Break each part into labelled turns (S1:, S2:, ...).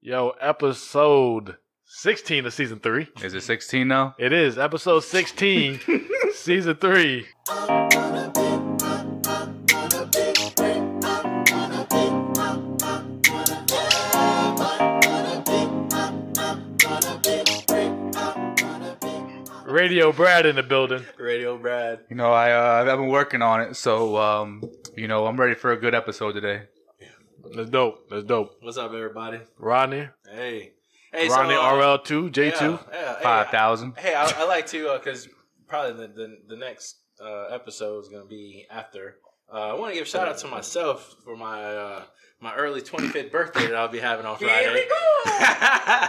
S1: Yo, episode 16 of season three.
S2: Is it 16 now?
S1: It is episode 16, season three. Radio Brad in the building.
S3: Radio Brad.
S2: You know, I uh, I've been working on it, so um, you know, I'm ready for a good episode today.
S1: That's dope. That's dope.
S3: What's up, everybody?
S1: Rodney,
S3: Hey. Hey,
S1: Rodney
S3: so, uh,
S1: RL2,
S3: yeah,
S1: J2.
S3: yeah, hey,
S2: Five thousand.
S3: I- Hey, I, I like to, because probably the, the, the next uh, episode is going to be after. Uh, I want to give a shout out to myself for my uh, my early 25th birthday that I'll be having on Friday.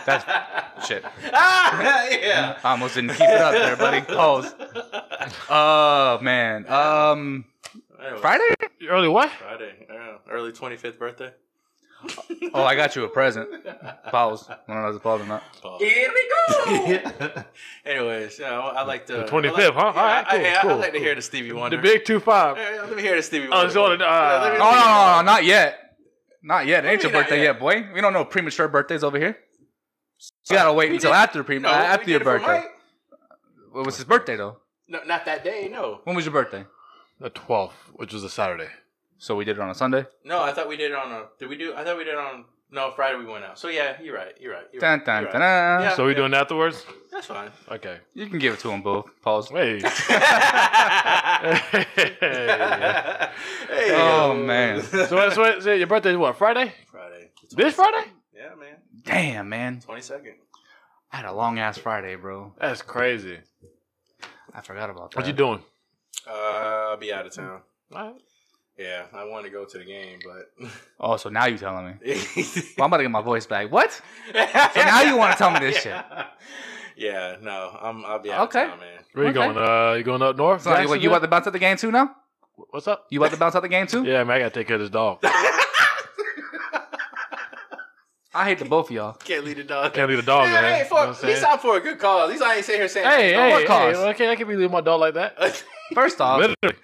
S3: That's
S2: Shit,
S3: Ah, yeah.
S2: I almost didn't keep it up there, buddy. Pause. Oh man. Um,
S3: Anyway,
S2: Friday.
S1: Early what?
S3: Friday. Yeah. Early 25th birthday.
S2: Oh, I got you a present. Pause. I don't know if it's a pause or not.
S3: Paul.
S4: Here we go.
S3: Anyways, yeah, I I like to.
S1: The 25th, huh?
S3: I like,
S1: All right,
S3: I- I-
S1: cool,
S3: I, I
S1: cool,
S3: like to
S1: cool.
S3: hear the Stevie Wonder.
S1: The big 2-5.
S3: Hey, let me hear the Stevie
S1: Oh,
S3: Wonder.
S1: it's on it, uh,
S3: Yeah, let me-
S2: No, no, no, no, Oh, not yet. Not yet. It ain't your
S3: What do you mean not
S2: birthday
S3: yet?
S2: yet, boy. We don't know premature birthdays over here. You gotta wait
S3: Uh, We
S2: until
S3: did-
S2: after pre-
S3: No, we
S2: after
S3: did
S2: your
S3: it for
S2: birthday.
S3: Mike.
S2: What was his birthday though?
S3: No, not that day. No,
S2: When was your birthday?
S1: The 12th, which was a Saturday.
S2: So we did it on a Sunday.
S3: no. I thought we did it on a. Did we do? I thought we did it on. No, Friday we went out. So yeah, you're right. You're right. You're
S2: Dun,
S3: right,
S2: dun,
S3: you're
S2: dun,
S3: right.
S2: dun.
S3: Yeah.
S1: So we doing afterwards?
S3: That's fine.
S1: Okay.
S2: You can give it to him both. Pause.
S1: Wait.
S3: Hey,
S2: Oh,
S3: yo.
S2: man.
S1: so, what- so, what- so your birthday is what, Friday?
S3: Friday.
S1: This Friday?
S3: Yeah, man.
S2: Damn, man.
S3: Twenty second.
S2: I had a long ass Friday, bro.
S1: That's crazy.
S2: I forgot about that.
S1: What you doing?
S3: Uh, I'll be out of town.
S1: All
S3: Yeah, I wanted to go to the game, but.
S2: Oh, so now you telling me?
S3: so
S2: Well, I'm about to get my voice back. What? now you wanna tell me this
S3: yeah. Yeah, no, I'm. I'll be out
S2: Okay.
S3: of town, man.
S1: Where you
S2: Okay.
S1: going? Uh, you going up north?
S2: So, what, you
S1: Jacksonville?
S2: about to bounce out the game too now?
S1: What's up?
S2: You about to bounce out the game too?
S1: Yeah, man, I gotta take care of this dog.
S2: I hate the both of y'all.
S3: Can't leave the dog.
S1: Can't leave the dog,
S3: Yeah,
S1: man.
S3: hey,
S1: You know
S3: for,
S1: what I'm
S3: at least
S1: saying?
S3: I'm for a good cause. At least I ain't sitting here saying.
S1: hey,
S3: "Oh,
S1: hey,
S2: what
S1: hey,
S2: cause?"
S1: okay, I can't be leaving my dog like that.
S2: First off,
S1: Literally.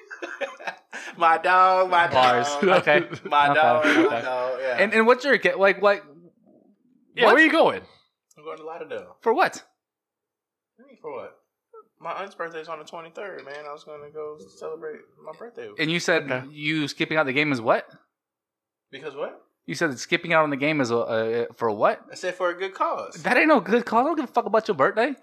S3: my dog, my
S2: bars.
S3: dog,
S2: okay.
S3: my
S2: Okay,
S3: dog, my
S2: okay.
S3: dog. Yeah.
S2: And and what's your ca- like like
S1: Yeah,
S2: What?
S1: where you going?
S3: I'm going to Lauderdale.
S2: for what?
S3: I mean, for what? My aunt's birthday's on the 23rd, man. I was going to go celebrate my birthday.
S2: And you said
S1: Okay.
S2: you skipping out the game is what?
S3: because what?
S2: You said that skipping out on the game is uh, uh, for what?
S3: I said for a good cause.
S2: That ain't no good cause. I don't give a fuck about your birthday.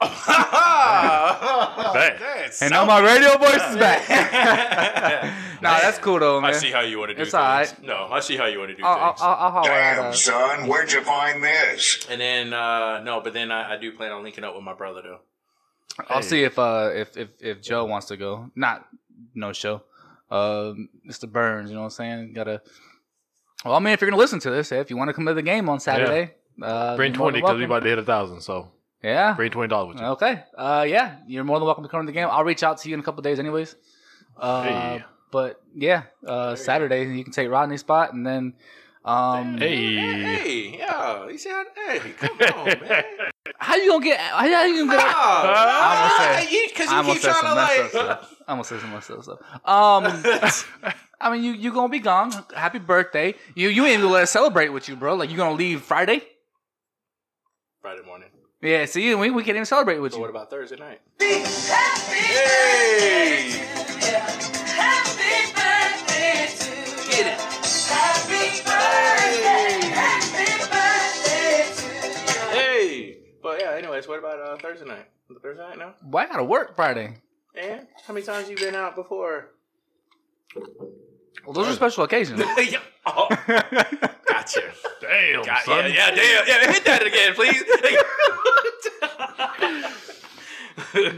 S1: Dang.
S3: That's
S2: And now my radio voice is
S3: Yeah.
S2: back. nah, that's cool though, man.
S3: how you want to
S2: do It's all things.
S3: No, I see how you want to do
S2: I'll, I'll, I'll, I'll holler at
S4: Damn,
S2: uh,
S4: son, where'd you find this?
S3: and then, uh, no, but then I, I do plan on linking up with my brother, though.
S2: I'll
S1: Hey.
S2: see if uh if if, if Joe wants to go. Not no show. Uh, Mr. Burns, you know what I'm saying? Gotta. Well, I mean, if you're gonna listen to this, if you want to come to the game on Saturday, uh,
S1: Bring
S2: you're more
S1: twenty
S2: than
S1: because we
S2: welcome.
S1: about to hit a thousand. So
S2: yeah.
S1: bring twenty dollars with you.
S2: Okay. Uh, yeah, you're more than welcome to come to the game. I'll reach out to you in a couple days, anyways. Uh,
S1: Hey.
S2: But yeah, uh,
S3: you
S2: Saturday you can take Rodney's spot, and then um,
S1: Hey.
S3: Hey, yeah. He said, hey, come on, man.
S2: how you gonna get? How you gonna get?
S3: Oh,
S2: I
S3: no,
S2: almost
S3: you, because
S2: I
S3: you
S2: almost
S3: keep
S2: said
S3: trying
S2: some messed
S3: to
S2: up stuff. I almost said some messed up stuff. Um,
S3: like.
S2: I mean, you you gonna be gone. Happy birthday. You you ain't gonna let us celebrate with you, bro. Like you gonna leave Friday.
S3: Friday morning.
S2: Yeah, see, we, we can't even celebrate with
S3: So what
S2: you.
S3: about Thursday night?
S4: Hey!
S3: Hey. But yeah, anyways, what about uh, Thursday night? Thursday night now?
S2: Why I gotta work Friday?
S3: And how many times you been out before?
S2: Well, those are special occasions.
S3: oh, gotcha.
S2: Uh,
S1: Damn,
S3: God, yeah,
S1: son.
S3: yeah, damn, yeah. Hit that again, please.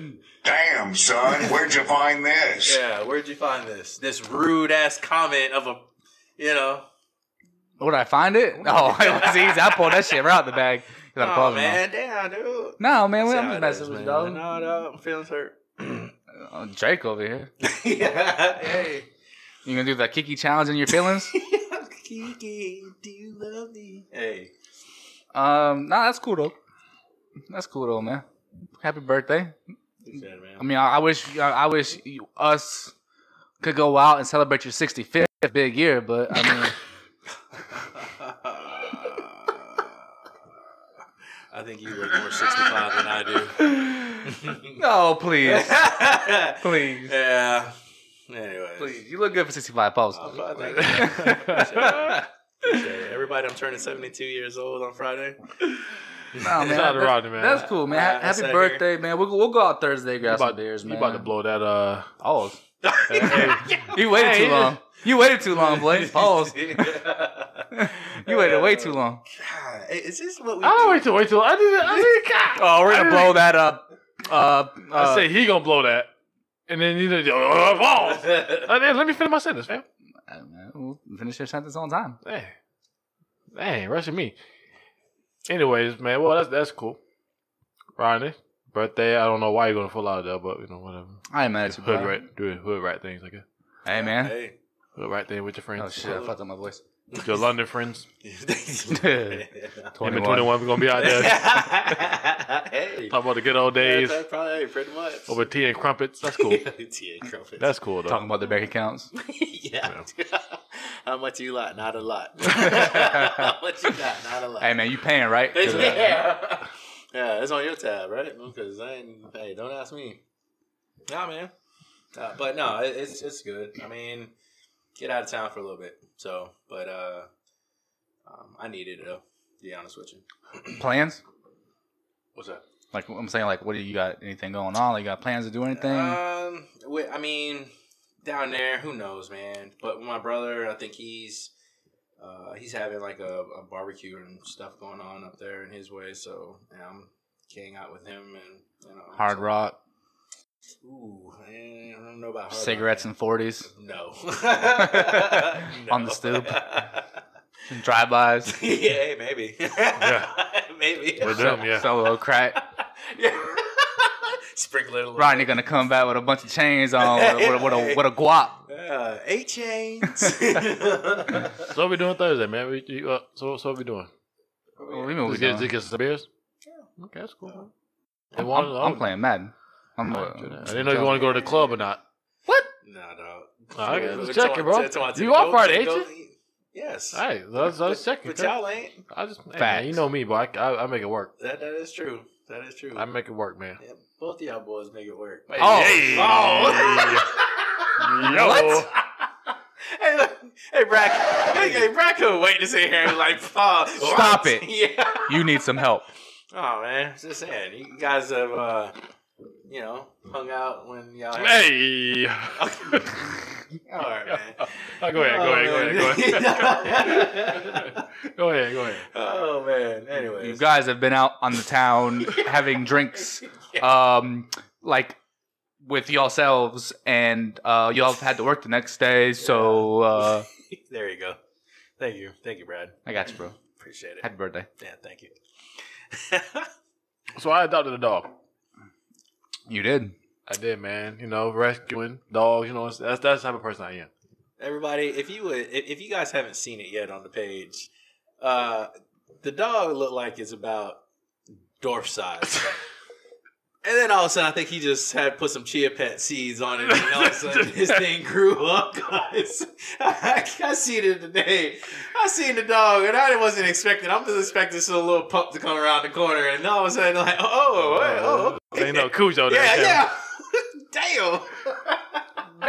S4: Damn, son, where'd you find this?
S3: yeah, where'd you find this? This rude ass comment of a, you know.
S2: Would I find it? Oh, it was easy. I pulled that shit right out the bag. You gotta
S3: Oh
S2: pause it,
S3: man, damn, dude.
S2: No, man, we,
S3: See
S2: I'm
S3: how it
S2: just messing
S3: is,
S2: with you,
S3: man.
S2: dog.
S3: No, no, I'm feeling hurt.
S2: Uh, Drake over here.
S3: yeah, hey.
S2: You gonna do that Kiki challenge in your feelings?
S3: Kiki, do you love me? Hey.
S2: um, nah, that's cool though. That's cool though, man. Happy birthday.
S3: He said, man.
S2: I mean, I, I wish I, I wish you, us could go out and celebrate your 65th big year, but I mean,
S3: I think you look more 65 than I do.
S2: no, please, please,
S3: yeah. Anyways.
S2: please. You look good for sixty-five. Pause.
S3: Oh, but thank you. Appreciate it. Everybody, I'm turning 72 years old on Friday.
S2: Nah, man,
S1: Shout out to
S2: that's-
S1: Rodney, man.
S2: That's cool, man.
S3: All right,
S2: Ha-
S3: that's
S2: Happy
S3: it here.
S2: birthday, man. We'll, we'll go out Thursday,
S1: You
S2: grab
S1: about-
S2: some beers,
S1: You
S2: man.
S1: about to blow that uh
S2: Pause.
S1: hey,
S2: You waited
S1: Hey,
S2: too
S1: you
S2: long. You waited too long, Blake. Pause. You waited way too long.
S3: God, is this what we
S1: I don't
S3: do?
S1: Ah, wait till wait till I didn't I didn't
S2: Oh, we're gonna blow that up. Uh,
S1: I
S2: uh,
S1: say he gonna blow that. And then you know, oh, whoa. Uh, man, let me finish my sentence, fam.
S2: uh, we'll finish your sentence on time.
S1: Hey. Hey, rushing me. Anyways, man, well that's that's cool. Rodney, birthday. I don't know why you're gonna full out there, but you know, whatever.
S2: I ain't mad at you,
S1: Hood
S2: bro.
S1: right do hood right things, I guess.
S2: Hey, man.
S3: Hey.
S1: Hood right thing with your friends.
S2: Oh shit, I fucked up my voice.
S1: With your London friends.
S3: hey.
S1: Him and twenty one we're gonna be out there talking about the good old days
S3: That's probably hey, pretty much.
S1: over tea and crumpets. That's cool.
S3: TA crumpets.
S1: That's cool though.
S2: Talking about their bank accounts.
S3: yeah. How much you lot? Not a lot. How much you got? Not a lot.
S2: Hey, man, you paying right? 'Cause, uh,
S3: yeah. yeah, it's on your tab, right? Because I ain't, hey, don't ask me. Nah, man. Uh, but no, it, it's it's good. I mean, get out of town for a little bit. So, but uh, um, I need it though. To be honest with you.
S2: Plans?
S3: What's that?
S2: Like I'm saying, like, what do you got? Anything going on? Like, you got plans to do anything?
S3: Um, we, I mean, down there, who knows, man? But my brother, I think he's uh, he's having like a, a barbecue and stuff going on up there in his way. So yeah, I'm hanging out with him and you know
S2: Hard rock,
S3: Ooh, eh, I don't know about hard
S2: cigarettes
S3: rock.
S2: and forties,
S3: no.
S2: On the stoop. drive-bys,
S3: yeah, maybe.
S1: Yeah.
S3: maybe.
S1: We're dumb, yeah.
S2: solo crack.
S3: yeah. Sprinkle it a little.
S2: Rodney gonna come back with a bunch of chains on, with a, with a, with a, with a guap.
S3: bit. Uh, eight chains.
S1: So what we doing Thursday, man? We, you, uh, so so what we doing?
S2: What do you mean we
S1: Just get,
S2: doing?
S1: just get some beers. Okay, that's cool. man. They
S2: I'm,
S1: wanted-
S2: I'm- I'm playing Madden. I'm, uh,
S1: I didn't know if you want to go to the club or not.
S3: Nah, dog.
S1: All right,
S3: Yeah,
S1: let's
S3: we're
S1: check
S3: talking-
S1: it, bro.
S3: we're talking
S1: You
S3: to
S1: are
S3: go-
S1: Friday,
S3: go-
S1: ain't
S3: Yes.
S1: All right, that's that's second.
S3: But y'all ain't.
S1: I just hey, man,
S2: Facts.
S1: you know me, boy. I, I, I make it work.
S3: That, that is true. That is true.
S1: I make it work, man.
S3: Yeah, both of y'all boys make it work.
S2: Oh.
S1: Hey. Yo.
S2: What?
S3: hey, look, hey, Brack. Hey, hey, Brack couldn't wait to sit here and be like, oh,
S2: Stop it.
S3: Yeah.
S2: You need some help.
S3: Oh, man. Just saying. You guys have, uh, you know, hung out when y'all.
S1: Hey.
S3: All right, man.
S1: Oh, go ahead, go ahead, go ahead, go ahead. go ahead, go ahead.
S3: oh, man. Anyways.
S2: You guys have been out on the town having drinks, um, like with yourselves, and uh, y'all have had to work the next day. So uh,
S3: there you go. Thank you. Thank you, Brad.
S2: I got you, bro.
S3: Appreciate it.
S2: Happy birthday.
S3: Yeah, thank you.
S1: So I adopted a dog.
S2: You did.
S1: I did, man. You know, rescuing dogs. You know, that's that's the type of person I am.
S3: Everybody, if you would, if if you guys haven't seen it yet on the page, uh, the dog looked like it's about dwarf size. And then all of a sudden, I think he just had put some chia pet seeds on it, and all of a sudden, his thing grew up, guys. I, seen it today. I seen the dog, and I wasn't expecting. I'm just expecting this little little pup to come around the corner, and all of a sudden, like, oh, oh, oh, oh
S1: They know Cujo.
S3: yeah,
S1: there, too.
S3: yeah. Damn.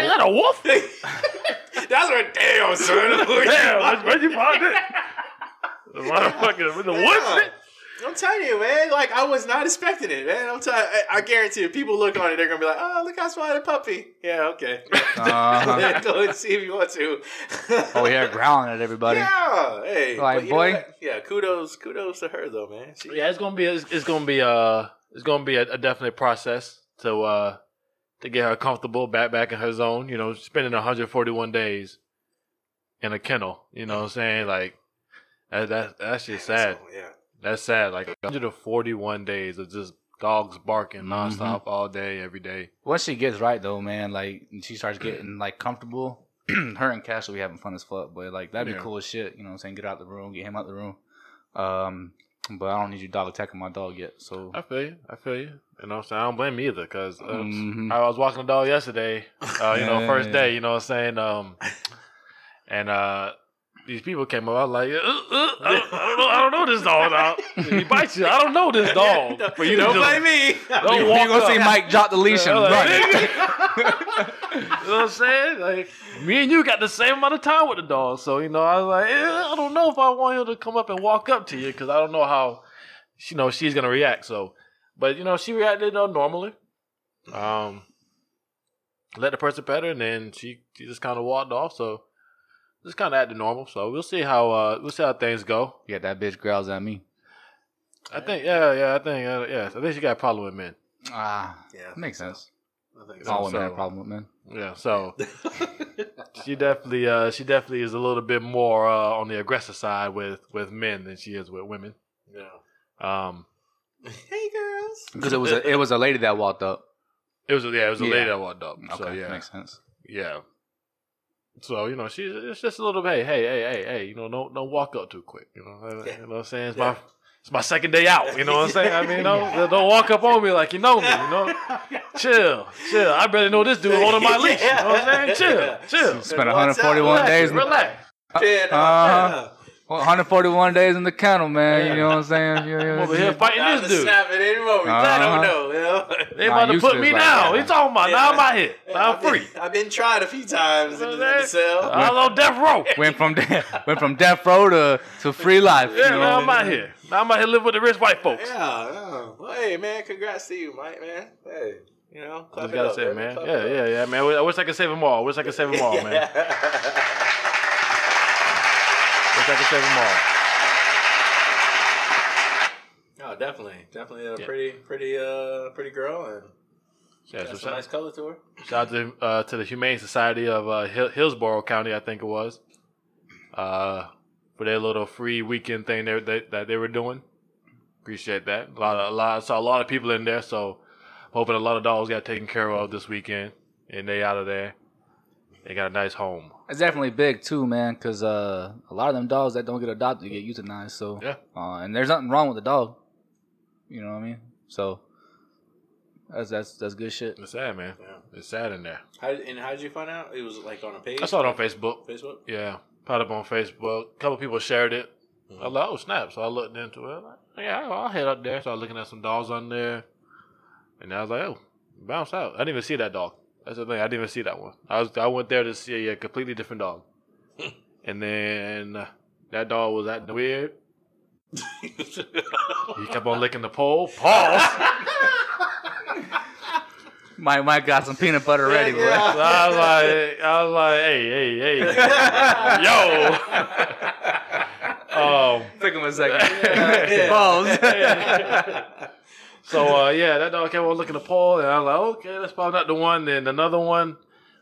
S1: Is that a wolf?
S3: That's where damn son.
S1: Damn, where'd- where'd you find it? The motherfucker with the woods.
S3: I'm telling you, man. Like I was not expecting it, man. I'm telling. I, I guarantee you, people look on it, they're gonna be like, "Oh, look how smart a puppy." Yeah, okay.
S2: Uh-huh.
S3: Go and see if you want to.
S2: oh yeah, growling at everybody.
S3: Yeah. Hey,
S2: Like,
S3: but you know
S2: boy.
S3: what? Yeah. Kudos, kudos to her though, man. She,
S1: Yeah, it's gonna be it's, it's gonna be uh it's gonna be a, a definite process to uh to get her comfortable back back in her zone. You know, spending 141 days in a kennel. You know what I'm saying? Like that, that that's just sad.
S3: So, yeah.
S1: That's sad. Like 141 days of just dogs barking nonstop all day, every day.
S2: Once she gets right though, man, like and she starts getting like comfortable. Her and Cash will be having fun as fuck, but like that'd be
S1: Yeah.
S2: cool as shit. You know what I'm saying? Get out the room, get him out the room. Um, but I don't need your dog attacking my dog yet. So
S1: I feel you. I feel you. You know what I'm saying? I don't blame you either uh, because
S2: Mhm.
S1: I was walking the dog yesterday, uh, you know,
S2: Yeah,
S1: first
S2: yeah,
S1: day, you know what I'm saying? Um, and uh, these people came up. I was like, uh, uh, I, don't, I don't know. I don't know this dog out. If he bites you, I don't know this dog. But you
S5: don't
S1: just-
S5: blame me.
S1: Don't
S2: You're
S1: walk
S2: gonna
S1: up.
S2: see Mike drop the leash and
S1: Yeah, like,
S2: run.
S1: nigga. you know what I'm saying? Like, me and you got the same amount of time with the dog, so you know, I was like, eh, I don't know if I want him to come up and walk up to you because I don't know how, you know, she's gonna react. So, but you know, she reacted you know, normally. Um, let the person pet her, and then she, she just kind of walked off. So, just kind of acted normal. So we'll see how uh we'll see how things go.
S2: Yeah, that bitch growls at me.
S1: I think, yeah, yeah, I think, uh, yeah, I think she got a problem with men.
S2: Ah,
S5: Yeah, I think
S2: makes
S5: so.
S2: sense.
S5: I think
S2: All
S5: so.
S2: women
S1: so-
S2: have a problem with men.
S1: Yeah, so she definitely uh she definitely is a little bit more uh on the aggressive side with with men than she is with women.
S5: Yeah.
S1: Um
S5: Hey girls.
S2: Because it was a, it was a lady that walked up.
S1: it was yeah, it was a
S2: Yeah.
S1: lady that walked up.
S2: Okay,
S1: So yeah.
S2: makes sense.
S1: Yeah. So, you know, she's it's just a little hey, hey, hey, hey, hey, you know, don't don't walk up too quick. You know,
S5: Yeah.
S1: you know what I'm saying? It's my
S5: Yeah.
S1: it's my second day out, you know what I'm saying? I mean, you know, don't walk up on me like you know me, you know. Chill, chill. I better know this dude on my leash. You know what I'm saying? Chill,
S5: Yeah.
S1: chill.
S2: Spent
S5: What's up?
S2: 141
S5: Relax,
S2: days.
S1: Relax.
S5: Dead
S2: Uh,
S3: uh,
S2: Uh-huh. 141 days in the kennel, man. You know what I'm saying? You know
S1: I'm
S2: what
S1: over here
S2: I'm saying?
S1: fighting
S5: Not
S1: this
S5: to
S1: dude.
S5: snap at any moment. I
S2: Uh-huh.
S5: don't know. You know?
S1: They
S2: Nah,
S1: about to
S2: used
S1: put
S2: to
S1: me
S2: is like
S1: down.
S2: that.
S1: What you talking about?
S5: Yeah.
S1: Now I'm out here. Now I'm
S5: I've been-
S1: free.
S5: I've been tried a few times in the cell.
S1: I was on death row.
S2: Went from de- went from death row to, to free life.
S1: Yeah,
S2: you know
S1: now
S2: what
S1: I'm out
S2: mean?
S1: here. Now I'm out here living with the rich white folks.
S5: Yeah, yeah. Well, hey, man, congrats to you, Mike, man. Hey, you know,
S1: I just
S5: clap it
S1: gotta
S5: up,
S1: say,
S5: baby.
S1: man.
S5: Clap
S1: Yeah,
S5: it
S1: yeah, yeah, man. I wish I could save them all. I wish I could save them all,
S5: up.
S1: man. I wish I could save them all.
S5: oh, definitely, definitely a
S1: Yeah.
S5: pretty, pretty, uh, pretty girl, and
S1: Yeah, so
S5: that's a
S1: shout,
S5: nice color to her.
S1: shout out to, uh, to the Humane Society of uh, Hill- Hillsborough County, I think it was, uh, for their little free weekend thing they, they, that they were doing. Appreciate that. A lot, of, a lot. I saw a lot of people in there, so hoping a lot of dogs got taken care of this weekend, and they out of there. They got a nice home.
S2: It's definitely big too, man, because uh, a lot of them dogs that don't get adopted get euthanized. So
S1: Yeah.
S2: uh, and there's nothing wrong with the dog. You know what I mean? So that's that's that's good shit.
S1: It's sad, man.
S5: Yeah.
S1: It's sad in there.
S5: How and how did you find out? It was like on a page.
S1: I saw it on Facebook.
S5: Facebook.
S1: Yeah, popped up on Facebook. A couple people shared it. I
S5: Mhm.
S1: was like, oh snap! So I looked into it. Like, yeah, I'll I'll head up there. Started looking at some dogs on there, and I was like, oh, bounce out. I didn't even see that dog. That's the thing. I didn't even see that one. I was I went there to see a completely different dog, and then uh, that dog was acting weird. He kept on licking the pole. Pause.
S2: Mike Mike got some peanut butter ready, bro.
S5: Yeah, yeah.
S1: So I was like, I was like, hey, hey, hey, yo. um,
S2: Took him a second.
S5: yeah.
S1: So uh, yeah, that dog kept on looking at Paul, and I was like, okay, that's probably not the one. Then another one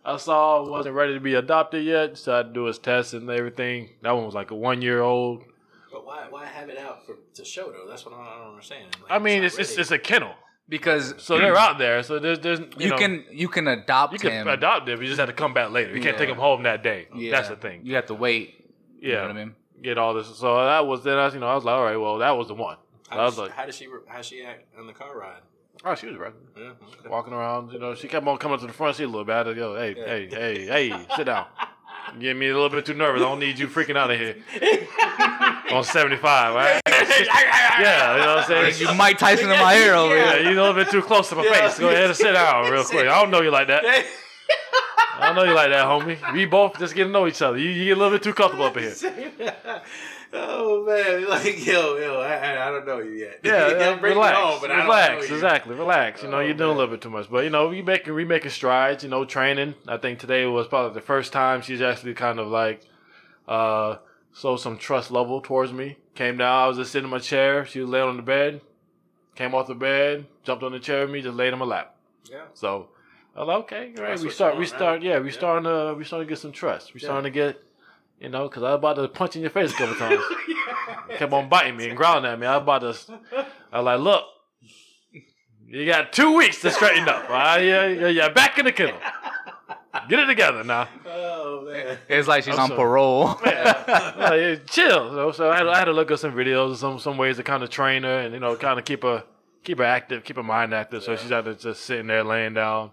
S1: I saw wasn't ready to be adopted yet, so I had to do his test and everything. That one was like a one year old.
S5: But why, why have it out for to show though? That's what I don't, I don't understand. Like,
S1: I mean, it's
S5: not
S1: it's,
S5: ready.
S1: it's a kennel,
S2: Because
S1: so they're out there. So there's there's you,
S2: you,
S1: know,
S2: can you can adopt
S1: you can
S2: him.
S1: adopt them. You just have to come back later. You can't
S2: Yeah.
S1: take them home that day.
S2: Yeah.
S1: That's the thing.
S2: You have to wait.
S1: Yeah,
S2: You know what I mean?
S1: get all this. So that was then. I was, you know, I was like, all right, well, that was the one.
S5: How,
S1: I
S5: does
S1: was
S5: she-
S1: like-
S5: how does she re- how she act on the car ride?
S1: Oh, she was right.
S5: Yeah, okay.
S1: walking around. You know, she kept on coming to the front seat a little bit. I had to go, hey,
S5: Yeah.
S1: hey, hey, hey, sit down. You Get me a little bit too nervous. I don't need you freaking out of here on 75, right? yeah, you know what I'm saying?
S2: You Mike Tyson in my ear over
S1: yeah,
S2: here.
S1: you're a little bit too close to my
S5: Yeah.
S1: face. Go ahead and sit down real quick. I don't know you like that. I don't know you like that, homie. We both just get to know each other. You, you get a little bit too comfortable up in here.
S5: oh man, like yo, yo, I, I- I don't know you yet.
S1: Yeah,
S5: They'll
S1: yeah,
S5: bring you
S1: relax,
S5: home, but I don't know
S1: relax,
S5: you.
S1: exactly, relax. You know,
S5: Oh,
S1: you're doing
S5: man.
S1: a little bit too much, but you know, we making we making strides. You know, training. I think today was probably the first time she's actually kind of like, uh, showed some trust level towards me. Came down, I was just sitting in my chair. She was laying on the bed. Came off the bed, jumped on the chair with me, just laid on my lap.
S5: Yeah.
S1: So, I was like, okay, all right.
S5: That's
S1: We
S5: what you
S1: start, we
S5: want,
S1: start,
S5: right?
S1: yeah, we
S5: Yeah.
S1: starting to we starting to get some trust. We
S5: Yeah.
S1: starting to get, you know, because I was about to punch in your face a couple times. kept on biting me and growling at me. I was about to. I was like, look, you got two weeks to straighten up. All right, yeah, yeah, yeah. Back in the kennel. Get it together now.
S5: Oh man.
S2: It's like she's
S1: I'm
S2: on
S1: sorry.
S2: parole.
S1: Uh, yeah, chill. So, so I, had, I had to look up some videos, some some ways to kind of train her and you know kind of keep her keep her active, keep her mind active. So
S5: Yeah.
S1: she's out there just sitting there laying down.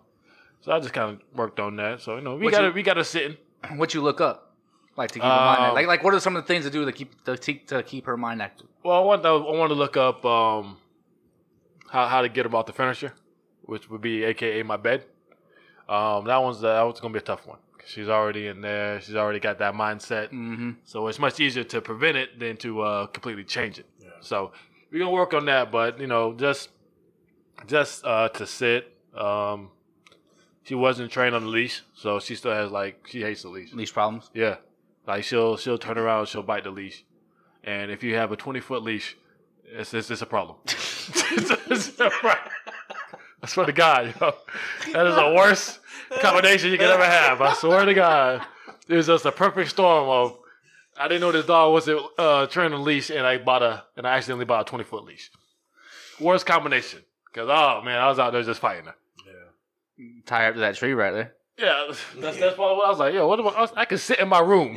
S1: So I just kind of worked on that. So you know we
S2: What
S1: got
S2: you-
S1: to we got her sitting.
S2: what you look up? Like to keep her mind
S1: Um,
S2: active. Like like what are some of the things to do to keep to, keep- to keep her mind active?
S1: Well, I want to, I want to look up um, how how to get them off the furniture, which would be AKA my bed. Um, that one's that one's gonna be a tough one. 'Cause She's already in there. She's already got that mindset.
S2: Mm-hmm.
S1: So it's much easier to prevent it than to uh, completely change it. So we're gonna work on that, but you know, just just uh, to sit. Um, she wasn't trained on the leash, so she still has like she hates the leash.
S2: Leash problems.
S1: Yeah, like she'll she'll turn around, she'll bite the leash, and if you have a twenty foot leash, it's it's, it's a problem. it's a problem. I swear to God, yo, that is the worst combination you could ever have. I swear to God, it was just a perfect storm of I didn't know this dog was a uh, trained on leash, and I bought a and I accidentally bought a twenty foot leash. Worst combination, because oh man, I was out there just fighting her.
S2: Tie her up to that tree right there.
S1: Yeah, that's that's why I was like, yo, what do I? I can sit in my room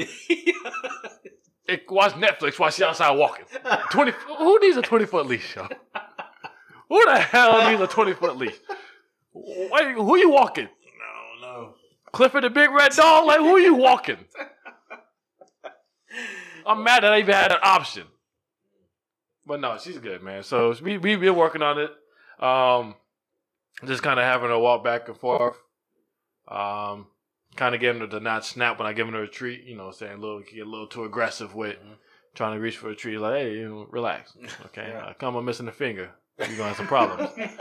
S1: and watch Netflix while she's outside walking. Twenty. Who needs a twenty foot leash, yo? Who the hell needs a twenty foot leash? Wait, who you walking?
S5: I don't know.
S1: Clifford the Big Red Dog? Like who you walking? I'm mad that I even had an option. But no, she's good, man. So we we been working on it. Um, just kind of having her walk back and forth. Um, kind of getting her to not snap when I giving her a treat. You know, what I'm saying a little get a little too aggressive with
S5: Mhm.
S1: trying to reach for a treat. Like, hey, you know, relax. Okay,
S5: Yeah.
S1: Uh, come on, missing a finger. You're gonna have some problems.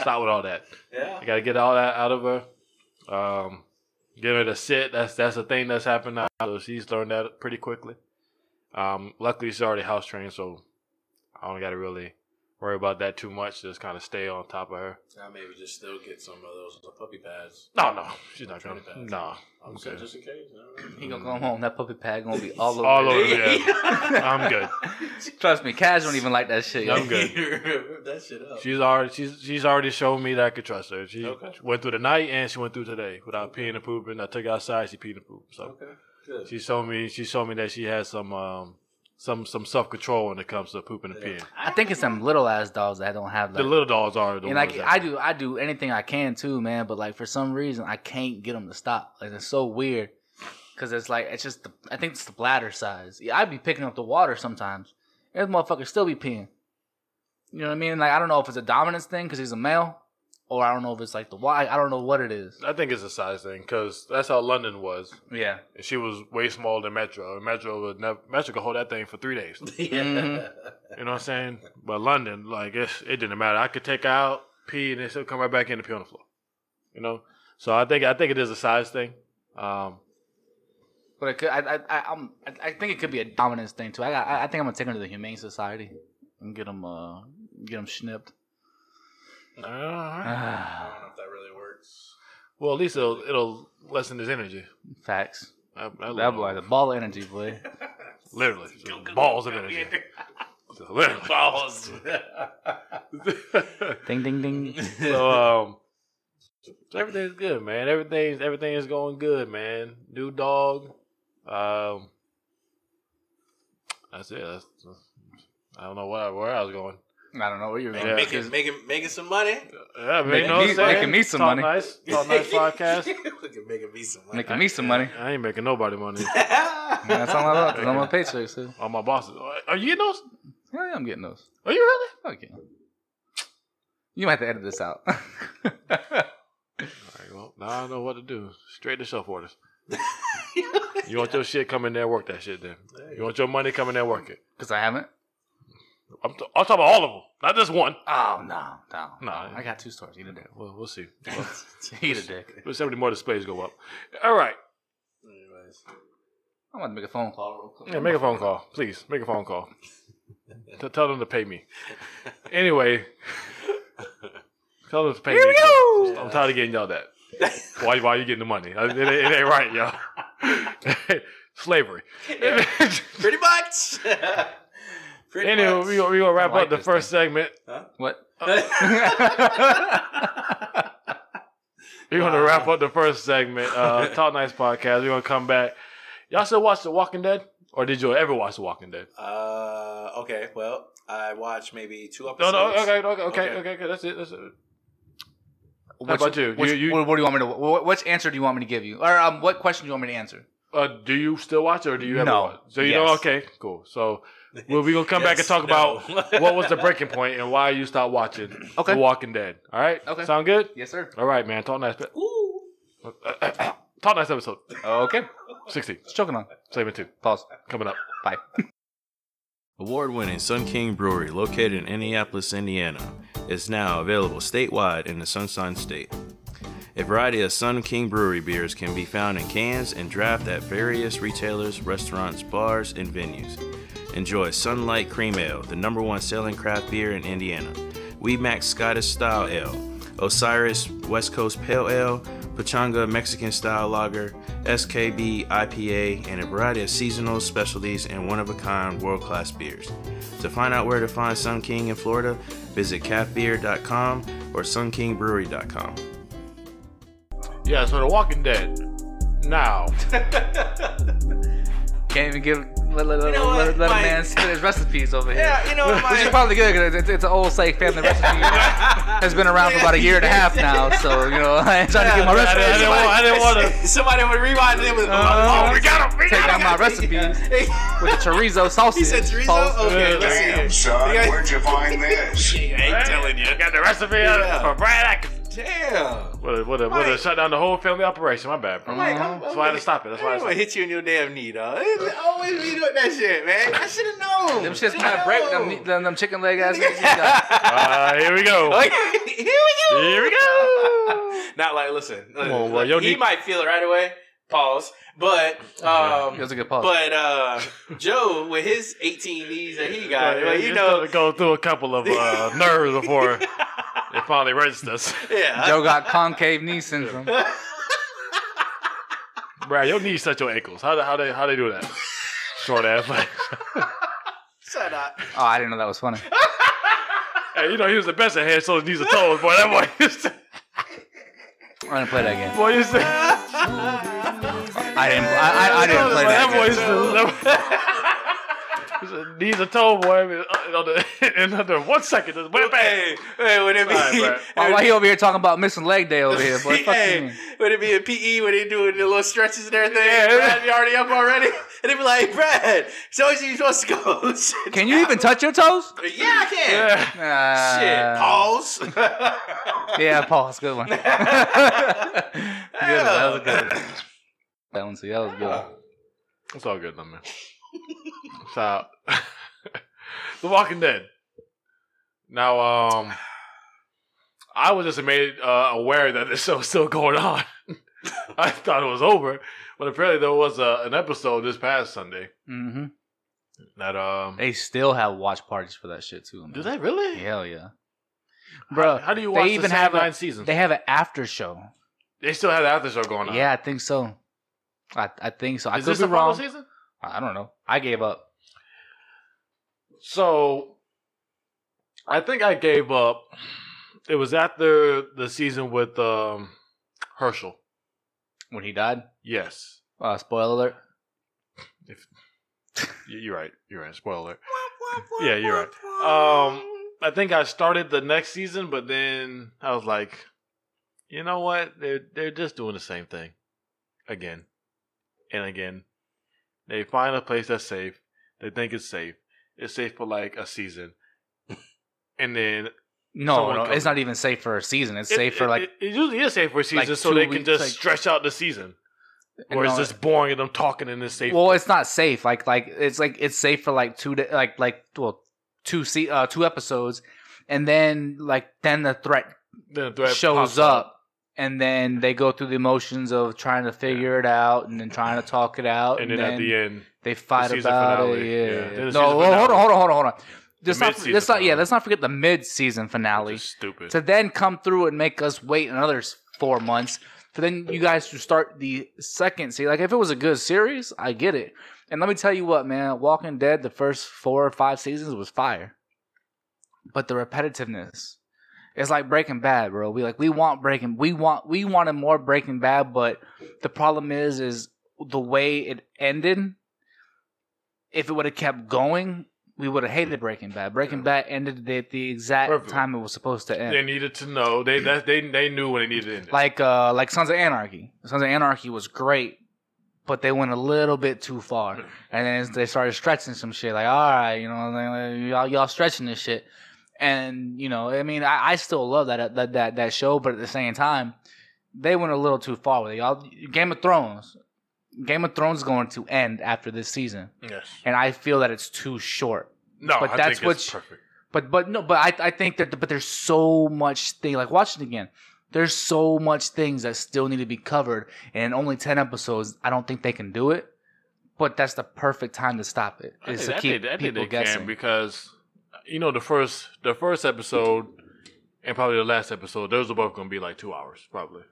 S1: Stop with all that.
S5: yeah.
S1: I gotta get all that out of her. Um, get her to sit. That's that's the thing that's happened now. So she's learned that pretty quickly. Um, luckily she's already house trained, so I don't gotta really worry about that too much. Just kind of stay on top of her.
S5: I maybe just still get some of those puppy pads.
S1: No, no, she's not gonna.
S5: Training pads.
S1: No,
S5: I'm
S1: I'm
S5: saying
S1: good.
S5: just in case. I don't know.
S2: He gonna come home. That puppy pad gonna be all over.
S1: All
S2: her.
S1: over, I'm good.
S2: Trust me, Kaz don't even like that shit. yo.
S1: I'm good.
S5: Rip that shit up.
S1: She's already she's she's already shown me that I could trust her. She
S5: Okay.
S1: went through the night and she went through today without peeing and pooping. I took her outside. She peed and pooped. So.
S5: okay. Good.
S1: She showed me. She showed me that she has some um some some self control when it comes to pooping and
S5: Yeah.
S1: peeing.
S2: I think it's some little ass dogs that don't have that.
S1: The little dogs are the
S2: and
S1: ones
S2: like
S1: that-
S2: I do, I do anything I can too, man. But like for some reason, I can't get them to stop. Like it's so weird because it's like it's just the, I think it's the bladder size. Yeah, I'd be picking up the water sometimes, and this motherfucker still be peeing. You know what I mean? Like I don't know if it's a dominance thing because he's a male, or I don't know if it's like the why. I don't know what it is.
S1: I think it's a size thing because that's how London was.
S2: Yeah,
S1: And She was way smaller than Metro. And Metro would never Metro could hold that thing for three days. You know what I'm saying? But London, like it's, it didn't matter. I could take her out, pee, and then she'll come right back in and pee on the floor. You know. So I think I think it is a size thing. Um,
S2: but it could, I, I, I, I'm, I- I think it could be a dominance thing too. I, got- I, I think I'm gonna take him to the Humane Society and get him, uh, get him snipped.
S1: uh,
S5: I
S2: Ah,
S5: don't know if that really works.
S1: well, at least it'll, it'll lessen his energy.
S2: facts.
S1: I, I love
S2: That boy, the ball of energy, boy.
S1: Literally, balls of energy. So literally.
S5: Balls.
S2: Ding, ding, ding.
S1: so um, everything's good, man. Everything's everything is going good, man. New dog. Um, that's it. That's, that's- I don't know what I- where I was going.
S2: I don't know where you're going.
S1: Yeah.
S5: making, making, making some money.
S1: Yeah, I mean,
S2: Making
S1: you know what
S2: me-
S1: I'm saying?
S2: making me some
S1: Talk
S2: money.
S1: Nice, talk nice podcast.
S5: Look at making me some money.
S2: Making me some money.
S1: I ain't making nobody money.
S2: That's all I love. Cause I'm on paycheck, so
S1: All my bosses. Are you getting those?
S2: Hell yeah, I'm getting those.
S1: Are you really?
S2: Fuck yeah. You might have to edit this out.
S1: All right, well, now I know what to do. Straight to shelf orders. you want your shit, come in there, and work that shit. Then you want your money, come in there, and work it.
S2: Cause I haven't.
S1: I'm, t- I'm talking about all of them, not just one.
S2: Oh no, no,
S1: No.
S2: I got two stores. Eat a dick.
S1: Well, we'll see.
S2: Eat a dick.
S1: But so many more displays go up. All right.
S5: Anyways.
S2: I'm about to make a phone call real quick.
S1: Yeah, make a phone call, please. Make a phone call. T- tell them to pay me. Anyway, tell them to pay me. I'm tired of getting yelled at. Why? Why you getting the money? Uh, It, it- it ain't right, y'all. Slavery.
S5: Yeah, Pretty much. Pretty
S1: anyway,
S5: much.
S1: we gonna, we gonna wrap
S2: I like
S1: up the
S2: this
S1: first segment.
S2: What?
S5: Uh,
S1: We're gonna wrap up the first segment. Uh, Talk Nice podcast. We're gonna come back. Y'all still watch The Walking Dead, or did you ever watch The Walking Dead?
S5: uh, okay, well, I watched maybe two
S1: No,
S5: episodes.
S1: no. Okay, okay, okay,
S5: Okay.
S1: okay. okay that's it. That's it.
S2: Which-
S1: about you?
S2: Which,
S1: You- you-
S2: what, what do you want me to? What, which answer do you want me to give you? Or um, what question do you want me to answer?
S1: Uh, do you still watch it or do you ever
S2: No.
S1: watch? So you
S2: Yes.
S1: know, okay, cool. So well, we're gonna come back and
S5: Yes,
S1: talk
S5: no.
S1: about what was the breaking point and why you stopped watching
S2: Okay.
S1: The Walking Dead. All right.
S2: Okay.
S1: Sound good?
S2: Yes, sir.
S1: All right, man. Talk next.
S5: Ooh.
S1: Talk next episode.
S2: Okay.
S1: Sixty.
S2: Choking on.
S1: Segment two.
S2: Pause.
S1: Coming up.
S2: Bye.
S3: Award winning Sun King Brewery, located in Indianapolis, Indiana, is now available statewide in the Sunshine State. A variety of Sun King Brewery beers can be found in cans and draft at various retailers, restaurants, bars, and venues. Enjoy Sunlight Cream Ale, the number one selling craft beer in Indiana, Weedmax Scottish Style Ale, Osiris West Coast Pale Ale, Pachanga Mexican Style Lager, SKB IPA, and a variety of seasonal specialties and one of a kind world class beers. To find out where to find Sun King in Florida, visit cafbeer.com or sunkingbrewery.com.
S1: Yeah. So The Walking Dead. Now.
S2: Can't even give let, let,
S5: know
S2: let-
S5: what?
S2: let a
S5: My-
S2: man spit his recipes over here.
S5: Yeah, you know what,
S2: Which is
S5: my-
S2: probably good because it's, it's an old Sake family recipe that's been around for about a year and a half now. So you know, I'm trying to get my
S1: I didn't- I
S2: recipes.
S1: didn't want- I didn't want to.
S5: Somebody would rewind it with.
S2: Uh,
S5: oh, we got him. We
S2: Take
S5: got
S2: out
S5: him.
S2: my recipes with the chorizo sausage.
S5: He said chorizo.
S2: Pause.
S5: Okay, let's see
S4: Damn,
S5: it.
S4: son,
S5: Yeah.
S4: where'd you find this?
S5: I ain't telling you.
S1: Got the recipe
S5: Yeah.
S1: for Brad Atkins.
S5: Damn.
S1: What? A, what? A, what? A
S5: Mike.
S1: shut down the whole family operation. My bad, bro.
S5: Mike, I'm,
S1: That's why I had to stop it. That's why I had to
S5: gonna
S1: stop
S5: hit you in your damn knee, dog. It's always me doing that shit, man. I should have known.
S2: Them shits might break them, them, them chicken leg ass. niggas you got.
S1: it. Uh, here we go.
S5: Okay, here we go.
S1: Here we go.
S5: Not like, listen.
S1: Come on,
S5: listen,
S1: bro, your
S5: he
S1: knee-
S5: might feel it right away. Pause. But um,
S2: That was a good pause.
S5: But uh, Joe, with his 18 knees that he got, like, you
S1: Just
S5: know,
S1: gotta go through a couple of uh, nerves before it finally registers.
S5: yeah.
S2: Joe got concave knee syndrome. Oh,
S1: Brad, your knees touch your ankles. How, how they how they do that? Short ass legs.
S5: Shut up.
S2: Oh, I didn't know that was funny.
S1: hey, you know he was the best at head, shoulders, knees, and toes. Boy, that boy used to,
S2: I didn't play that game.
S1: boy used to, that
S2: I didn't. I, I, I didn't play that
S1: boy
S2: game.
S1: used to. He said, Knees and toe, boy. I mean, uh, in under- in under one second, just went back.
S5: Hey, hey, would it be?
S1: Sorry, Brad.
S2: Oh, why he over here talking about missing leg day over here, boy? Fuck you.
S5: hey,
S2: mean.
S5: would it be in PE when they doing the little stretches and everything?
S1: Yeah.
S5: Brad be already up already, and they be like, "Brad, so you supposed to go?" Sit
S2: Can you
S5: down.
S2: even touch your toes?
S5: Yeah, I can.
S1: Yeah.
S2: Uh,
S5: Shit, pause.
S2: Yeah, pause. Good one. good one. That was a good. One. That one. See, that was a good. One.
S1: It's all good, though, man. so, The Walking Dead. Now, um, I was just made uh, aware that this show was still going on. I thought it was over, but apparently there was uh, an episode this past Sunday
S2: Mm-hmm.
S1: that um.
S2: They still have watch parties for that shit too. Man.
S1: Do they really?
S2: Hell yeah.
S1: Bro, how do you
S2: they
S1: watch the
S2: even
S1: same
S2: have a-
S1: nine seasons?
S2: They
S1: They,
S2: have an after show.
S1: still have the after show going on.
S2: Yeah, I think so. I, I think so. I
S1: is
S2: could
S1: this
S2: be
S1: the
S2: wrong.
S1: final season?
S2: I don't know. I gave up.
S1: So, I think I gave up. It was after the season with um, Herschel.
S2: When he died?
S1: Yes.
S2: Uh, spoiler alert.
S1: Y- You're right. You're right. Spoiler. Yeah, you're right. Um, I think I started the next season, but then I was like, you know what? They're they're just doing the same thing, again, and again. They find a place that's safe. They think it's safe. It's safe for like a season, and then
S2: No,
S1: Someone
S2: no,
S1: covered
S2: it's not even safe for a season. It's
S1: it-
S2: safe for
S1: it-
S2: like
S1: it, it usually is safe for a season,
S2: like
S1: so
S2: two
S1: they can
S2: weeks,
S1: just
S2: like-
S1: stretch out the season.
S2: and
S1: Or it's
S2: all
S1: just boring and them talking in this safe.
S2: Well, it's not safe. Like like it's like it's safe for like two da like like well two se- uh, two episodes, and then like then the threat
S1: Then the threat
S2: shows
S1: pops
S2: up, and then they go through the emotions of trying to figure it out and then trying to talk it out,
S1: and then at the end,
S2: they fight
S1: season
S2: about
S1: finale.
S2: it.
S1: Yeah,
S2: Yeah,
S1: then the
S2: no,
S1: season
S2: hold on, hold on,
S1: finale.
S2: hold on, hold on. Let's not,
S1: mid-season
S2: let's not, yeah,
S1: finale.
S2: let's not forget the mid-season
S1: which
S2: finale
S1: is stupid.
S2: to then come through and make us wait another s- four months for then you guys to start the second season. Like if it was a good series, I get it. And let me tell you what, man, Walking Dead the first four or five seasons was fire, but the repetitiveness. It's like Breaking Bad, bro. We like we want Breaking, we want we wanted more Breaking Bad, but the problem is, is the way it ended. If it would have kept going, we would have hated Breaking Bad. Breaking Bad ended at the exact
S1: Perfect.
S2: time it was supposed to end
S1: They needed to know. They that they they knew when they needed to end it.
S2: like uh like Sons of Anarchy. Sons of Anarchy was great, but they went a little bit too far, and then they started stretching some shit. Like, all right, you know, like, y'all y'all stretching this shit, and you know, I mean, I, I still love that, that that that show, but at the same time, they went a little too far with it. Y'all, Game of Thrones, Game of Thrones is going to end after this season,
S1: Yes.
S2: and I feel that it's too short.
S1: No,
S2: But
S1: I
S2: that's
S1: think
S2: what
S1: it's
S2: you-
S1: perfect.
S2: But but no, but I I think that but there's so much thing like watch it again. There's so much things that still need to be covered, and in only ten episodes. I don't think they can do it, but that's the perfect time to stop it.
S1: I
S2: Is
S1: think,
S2: to
S1: I
S2: keep
S1: think, I think
S2: people
S1: they
S2: guessing.
S1: can because you know the first the first episode and probably the last episode those are both going to be like two hours probably.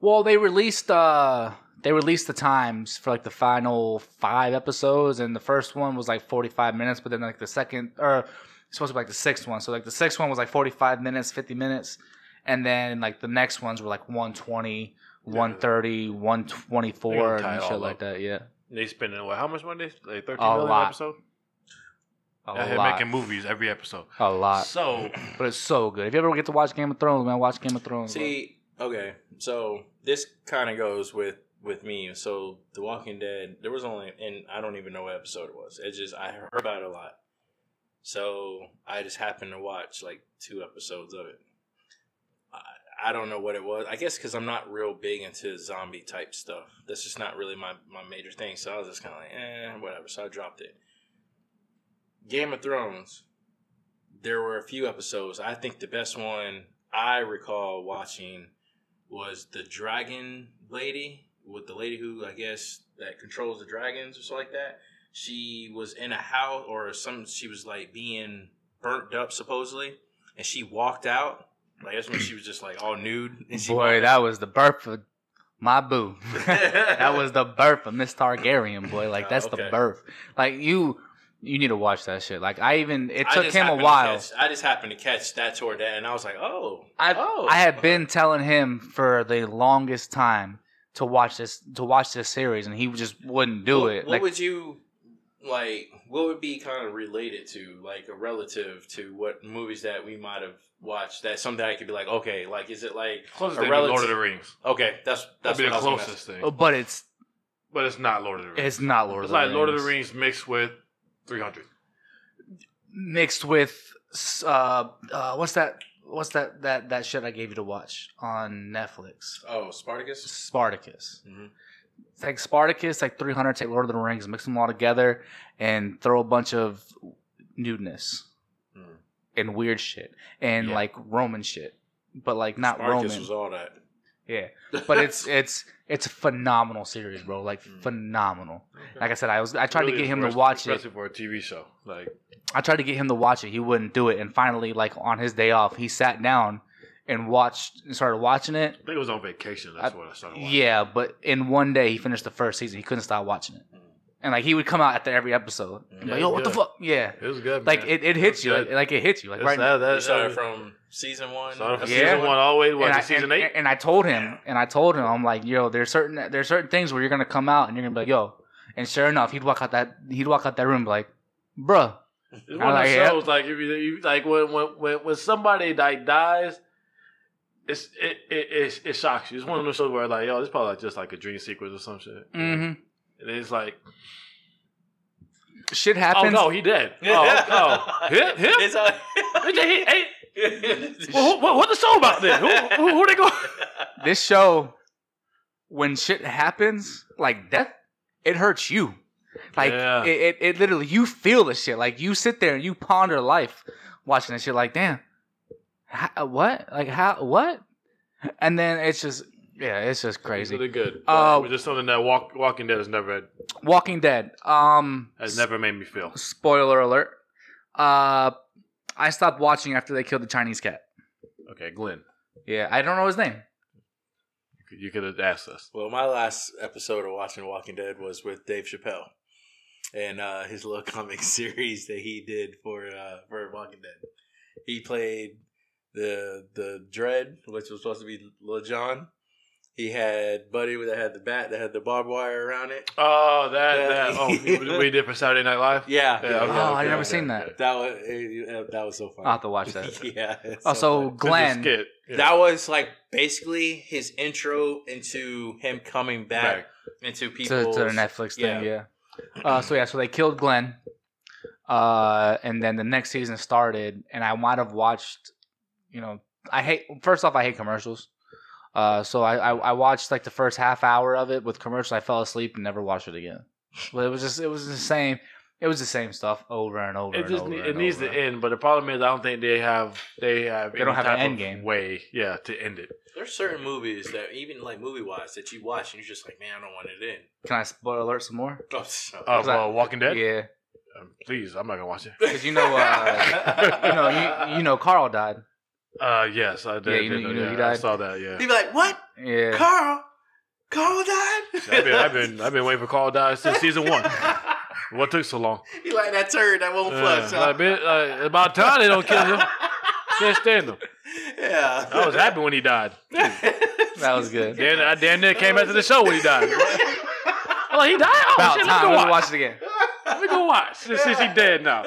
S2: well, they released uh they released the times for like the final five episodes, and the first one was like forty five minutes, but then like the second or it's supposed to be like the sixth one, so like the sixth one was like forty five minutes, fifty minutes, and then like the next ones were like 120, 130, 124,
S1: They're gonna tie
S2: and
S1: it all
S2: shit like
S1: up.
S2: that. Yeah,
S1: They spending what? How much money? Like thirteen
S2: A
S1: million
S2: lot.
S1: episode.
S2: a
S1: Out here
S2: lot,
S1: making movies every episode.
S2: a lot,
S1: So
S2: but it's so good. If you ever get to watch Game of Thrones, man, watch Game of Thrones. bro.
S5: See, okay, so this kind of goes with with me. So The Walking Dead, there was only, and I don't even know what episode it was. It's just I heard about it a lot, so I just happened to watch like two episodes of it. I, I don't know what it was. I guess because I'm not real big into zombie type stuff. That's just not really my my major thing. So I was just kind of like, eh, whatever. So I dropped it. Game of Thrones. There were a few episodes. I think the best one I recall watching was the dragon lady with the lady who I guess that controls the dragons or something like that. She was in a house or some she was like being burnt up supposedly and she walked out. Like that's when she was just like all nude and she
S2: boy, that was the birth of my boo.
S5: that
S2: that was the birth of Miss Targaryen, boy. Like
S5: Oh,
S2: that's
S5: okay.
S2: the birth. Like you, you need to watch that shit. Like I even it
S5: I
S2: took
S5: just
S2: him a
S5: happened to
S2: while.
S5: catch- I just happened to catch that toward that, and I was like, "Oh,
S2: I
S5: oh.
S2: I had been telling him for the longest time to watch this to watch this series, and he just wouldn't do
S5: what,
S2: it.
S5: What
S2: Like
S5: would you like? What would be kind of related to, like, a relative to what movies that we might have watched? That something I could be like, okay, like, is it like
S1: closest
S5: a
S1: thing to
S5: relative?
S1: Lord of the Rings.
S5: okay, that's
S1: That'd
S5: that's
S1: be
S5: what
S1: the
S5: I was gonna
S1: closest thing,
S2: but it's
S1: but it's not Lord of the Rings.
S2: Oh. it's not Lord
S1: It's
S2: of the
S1: like
S2: Rings.
S1: Lord of the Rings mixed with three hundred.
S2: mixed with s- uh, uh what's that what's that that that shit I gave you to watch on Netflix?
S5: ask. Oh, Spartacus.
S2: Spartacus.
S5: Mhm.
S2: It's like Spartacus, like 300, take Lord of the Rings, mix them all together, and throw a bunch of nudeness
S5: Mm.
S2: and weird shit and
S5: Yeah.
S2: like Roman shit, but like not
S5: Spartacus
S2: Roman.
S5: was all that.
S2: yeah, but it's it's it's a phenomenal series, bro. Like
S5: Mm.
S2: phenomenal. Like I said, I was I tried to get him to watch it.
S1: especially for a TV show. Like
S2: I tried to get him to watch it. He wouldn't do it, and finally, like on his day off, he sat down and watched and started watching it.
S1: I think it was on vacation. That's
S2: I-
S1: what I started. Watching.
S2: Yeah, but in one day he finished the first season. He couldn't stop watching it, and like he would come out after every episode. and be
S1: Mm. Yeah,
S2: like, yo, what the
S1: yeah.
S2: fuck? Yeah,
S1: it was good.
S2: like
S1: man.
S2: it, it hits you, like,
S1: good.
S2: like it hits you, like
S1: That's-
S2: right.
S1: that-
S2: now.
S1: that-
S5: You started
S1: that-
S5: from season one.
S1: started from
S2: Uh, Yeah.
S1: season one all the way to what,
S2: and,
S1: to
S2: I,
S1: season
S2: and,
S1: eight.
S2: and I told him, and I told him, I'm like, yo, there's certain there's certain things where you're gonna come out and you're gonna be like, yo, and sure enough, he'd walk out that he'd walk out that room and be like, bruh,
S1: It's
S2: I
S1: one
S2: like
S1: of
S2: it.
S1: those shows like if you, you like when when when, when somebody like dies, it's it, it it it shocks you. It's one of those shows where like yo, this probably like, just like a dream sequence or some shit.
S2: hmm
S1: And it's like,
S2: shit
S1: oh
S2: happens.
S1: no, he dead. Oh, oh, him, him.
S5: It's all.
S1: Hey, hey, well, who- what, what the show about then? Who, who, who they going?
S2: This show, when shit happens like death, it hurts you. Like
S1: Yeah.
S2: it, it, it literally you feel the shit. Like you sit there and you ponder life watching this shit like, damn. How, what? Like how what? And then it's just yeah, it's just
S1: It's
S2: crazy.
S1: really good.
S2: Uh,
S1: Uh, just something that Walk, Walking Dead has never
S2: Walking Dead. Um
S1: has never made me feel.
S2: spoiler alert. Uh I stopped watching after they killed the Chinese cat.
S1: Okay, Glenn,
S2: Yeah, I don't know his name.
S1: you could have asked us.
S5: Well, my last episode of watching Walking Dead was with Dave Chappelle and uh, his little comic series that he did for uh, for Walking Dead. He played the the Dread, which was supposed to be Lil John. He had Buddy that had the bat that had the barbed wire around it.
S1: Oh, that
S5: Yeah.
S1: that. Oh, we- we did for Saturday Night Live.
S5: Yeah,
S1: Yeah,
S5: yeah,
S1: okay,
S2: Oh,
S5: yeah.
S2: I
S1: okay,
S2: never
S1: okay,
S2: seen
S1: okay.
S2: that.
S5: that was it, it- that was so funny.
S2: I'll have to watch that. Oh,
S5: yeah. it's so
S2: also,
S5: funny.
S1: It's a
S2: Glenn.
S1: skit. Yeah.
S5: that was like basically his intro into him coming back
S1: Back.
S5: into
S2: to,
S5: people
S2: to the Netflix thing. Yeah. Uh, so yeah, so they killed Glenn, uh, and then the next season started, and I might have watched. You know, I hate. First off, I hate commercials. Uh, so I, I I watched like the first half hour of it with commercials. I fell asleep and never watched it again. But it was just it was the same. It was the same stuff over and over.
S1: It
S2: and
S1: just
S2: over
S1: ne- it
S2: and
S1: needs
S2: over.
S1: to end, but the problem is I don't think they have they have
S2: They don't
S1: any
S2: have
S1: type
S2: an end
S1: of
S2: game.
S1: way yeah to end it.
S5: There's certain movies that even like movie wise that you watch and you're just like, man, I don't want it in.
S2: Can I spoil alert some more?
S5: Oh, so-
S1: Oh,
S2: Cause I-
S1: well, Walking Dead.
S2: Yeah,
S1: Um, please, I'm not gonna watch it.
S2: because you
S1: Oh,
S2: know, uh, you know, you, you know, Carl died.
S1: Uh, yes, I did.
S2: Yeah, you
S1: did
S2: knew-
S1: know-
S2: you knew he
S1: I
S2: died.
S1: saw that. Yeah,
S5: He'd be like, what?
S2: Yeah,
S5: Carl? Carl died?
S1: I've been, I've been I've been waiting for Carl to die since season one. What took so long?
S5: he like that turd that won't
S1: Yeah,
S5: flush. huh?
S1: like, bitch, like, about time they don't kill him. Can't stand him.
S5: yeah.
S1: uh-huh. I was happy when he died.
S2: that was good.
S1: Then I damn near came after the show when he died. I'm like, he died. Oh
S2: About
S1: shit, let's
S2: time.
S1: go
S2: Let me
S1: watch.
S2: watch it again.
S1: Let me go watch. Since, since he dead now.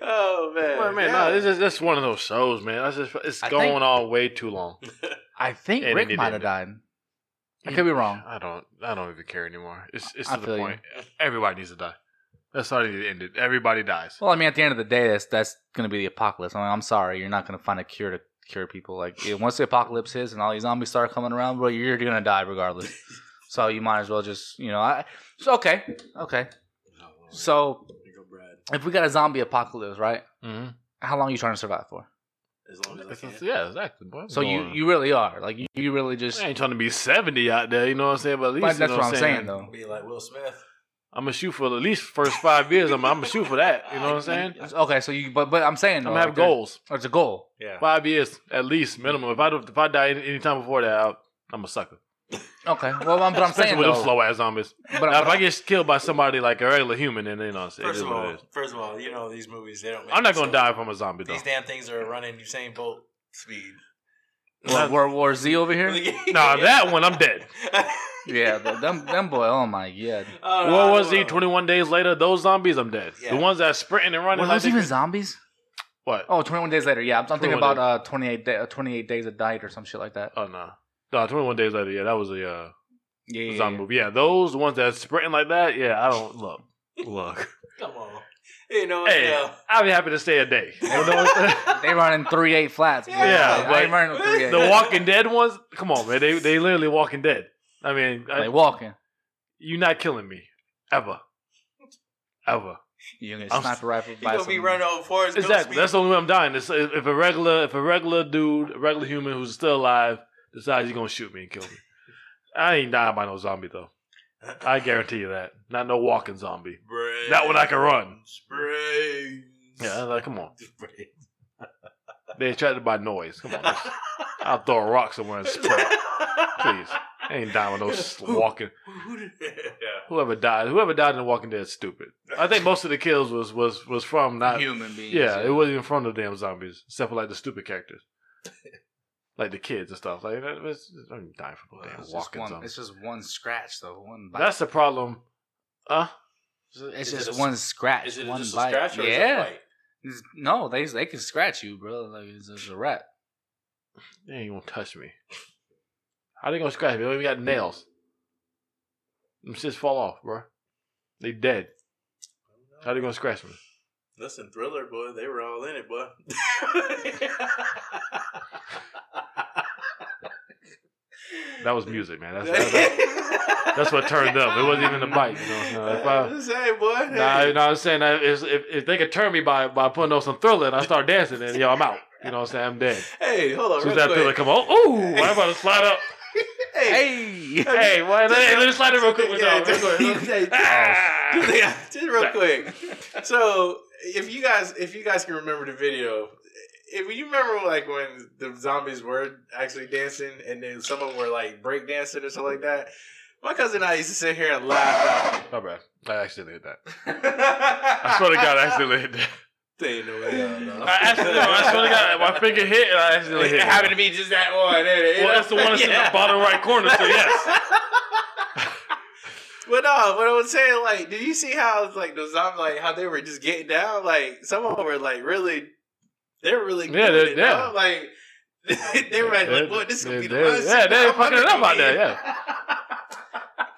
S5: oh man.
S1: Well, man, no, this is this is one of those shows, man. That's just it's
S2: I
S1: going
S2: think-
S1: on way too long.
S2: I think
S1: And
S2: Rick
S1: it
S2: might have
S1: didn't.
S2: died. I could be wrong.
S1: I don't I don't even care anymore. It's it's
S2: I
S1: to the
S2: feel you.
S1: point. Everybody needs to die. That's how they need to end it. Everybody dies.
S2: Well, I mean, at the end of the day, that's that's gonna be the apocalypse. I mean, I'm sorry, you're not gonna find a cure to cure people. Like yeah, once the apocalypse hits and all these zombies start coming around, well, you're gonna die regardless. so you might as well just, you know, I. So okay, okay.
S5: Oh,
S2: So if we got a zombie apocalypse, right?
S1: Mm-hmm.
S2: How long are you trying to survive for?
S5: as long as I can.
S1: yeah, exactly. boy.
S2: So you
S1: Going-
S2: you really are like you, you really just.
S1: I ain't trying to be seventy out there. You know what I'm saying? But at least
S2: But
S1: you
S2: that's
S1: know
S2: what I'm saying, though.
S5: Be like Will Smith.
S1: I'm gonna shoot for at least first five years. I'm I'm gonna shoot for that. You know what I'm saying? I'm
S2: Okay, so you but but I'm saying though,
S1: gonna have
S2: like, there's-
S1: goals.
S2: It's a goal.
S5: Yeah.
S1: Five years at least minimum. If I don't, if I die any, any time before that, I'll, I'm a sucker.
S2: Okay, well, I'm, but I'm
S1: Especially
S2: saying
S1: with
S2: though,
S1: them slow ass zombies.
S2: but,
S1: Now,
S2: I'm-
S1: if I get killed by somebody like a regular human, then you know what I'm saying. it
S5: First
S1: is
S5: of
S1: what it
S5: all,
S1: is.
S5: first of all, you know these movies they don't. Make
S1: I'm not
S5: it
S1: gonna
S5: so-
S1: die from a zombie though.
S5: These damn things are running Usain Bolt speed.
S2: World- World War Z over here.
S1: Nah, that one I'm dead.
S2: yeah, but them them boy. Oh my god.
S5: Oh, no,
S1: What
S5: I
S1: was
S5: don't
S1: he?
S5: know.
S1: 21 days later, those zombies I'm dead. The
S5: Yeah.
S1: ones that sprinting and running.
S2: Were
S1: like
S2: those
S1: they-
S2: even zombies?
S1: what?
S2: Oh, 21 days later. Yeah, I'm, I'm thinking
S1: 21
S2: about uh 28 day, uh, 28 days of diet or some shit like that.
S1: Oh no. No, 21 days later. Yeah, that was a uh,
S2: Yeah, yeah,
S1: zombie
S2: yeah.
S1: movie. Yeah, those ones that sprinting like that. Yeah, I don't look. Look.
S5: Come on, you know.
S1: hey,
S5: yeah.
S1: I'll be happy to stay a day. You know what I'm saying?
S2: They running three eight flats.
S5: Yeah,
S2: boy.
S1: Yeah,
S2: I
S1: like-
S2: ain't running no three eight.
S1: the Walking Dead ones. Come on, man. They they literally Walking Dead. I mean, I-
S2: Like walking.
S1: you're not killing me ever, ever.
S2: You gonna
S1: I'm-
S2: sniper rifle
S5: He
S2: by
S5: gonna be running over Forrest Gump
S1: Exactly.
S5: speed.
S1: That's the only way I'm dying. It's if if a regular, if a regular dude, a regular human who's still alive decides he's gonna shoot me and kill me, I ain't dying by no zombie though. I guarantee you that. Not no walking zombie.
S5: Brains,
S1: Not when I can run.
S5: Brains.
S1: Yeah, like come on.
S5: Brains.
S1: They attracted by noise. Come on, let's- I'll throw a rock somewhere and spray. it. Please, I ain't dying by no s- walking.
S5: Who did- yeah.
S1: Whoever died, whoever died in The Walking Dead, is stupid. I think most of the kills was was was from not
S2: human beings.
S1: Yeah, it wasn't even from the damn zombies, except for like the stupid characters, like the kids and stuff. Like, that was, I'm dying for the damn
S2: It's just,
S1: walking
S2: one,
S1: zombies.
S2: it's just one scratch though. One bite.
S1: That's the problem. Uh, Huh?
S2: it's
S5: Is it
S2: just
S5: a-
S2: one scratch.
S5: Is it
S2: one
S5: just a
S2: bite.
S5: scratch or is it
S2: yeah.
S5: a bite?
S2: It's- no, they they can scratch you, bro. Like it's, it's a rat.
S1: They ain't gonna touch me. How they gonna scratch me? They don't even got nails. Them shits fall off, bro. They dead. How they gonna scratch me?
S5: Listen, Thriller, boy, they were all in it, boy.
S1: That was music, man. That's that's, that's what turned up. It wasn't even a bite. You know. No, if I,
S5: Say, boy.
S1: Nah,
S5: hey.
S1: you know what I'm saying? I- If, if, if they could turn me by, by putting on some thriller and I start dancing, then yo, I'm out. You know what I'm saying? I'm dead.
S5: Hey, hold on.
S1: As soon
S5: Real
S1: as that
S5: quick.
S1: thriller come on, ooh, I'm about to slide up.
S5: hey,
S2: Hey.
S1: Hey, why, let, me- let me slide it real quick with
S5: yeah,
S1: y'all. Real quick, real quick.
S5: just- hey,
S1: Ah!
S5: yeah, just real quick. So, if you guys, if you guys can remember the video, if you remember like when the zombies were actually dancing, and then some of them were like break dancing or something like that. My cousin and I used to sit here and laugh.
S1: My bad. I accidentally hit that.
S5: I
S1: I swear to God, I accidentally hit that.
S5: There ain't no way.
S1: I accidentally, I swear to God, my finger hit and I accidentally hit.
S5: It
S1: it.
S5: happened to be just that one. and it-
S1: Well, that's the one that's in the bottom right corner. So yes,
S5: But no, what I was saying, like, did you see how like those zombies, like how they were just getting down? Like some of them were like really, they're really
S1: Yeah,
S5: doing
S1: they-
S5: it,
S1: yeah.
S5: dog. Like they were like,
S1: They're-
S5: boy, this is gonna be the
S1: they're-
S5: last.
S1: yeah, they
S5: time
S1: ain't fucking
S5: I'm
S1: it up
S5: gonna
S1: out there.
S5: be
S1: Yeah,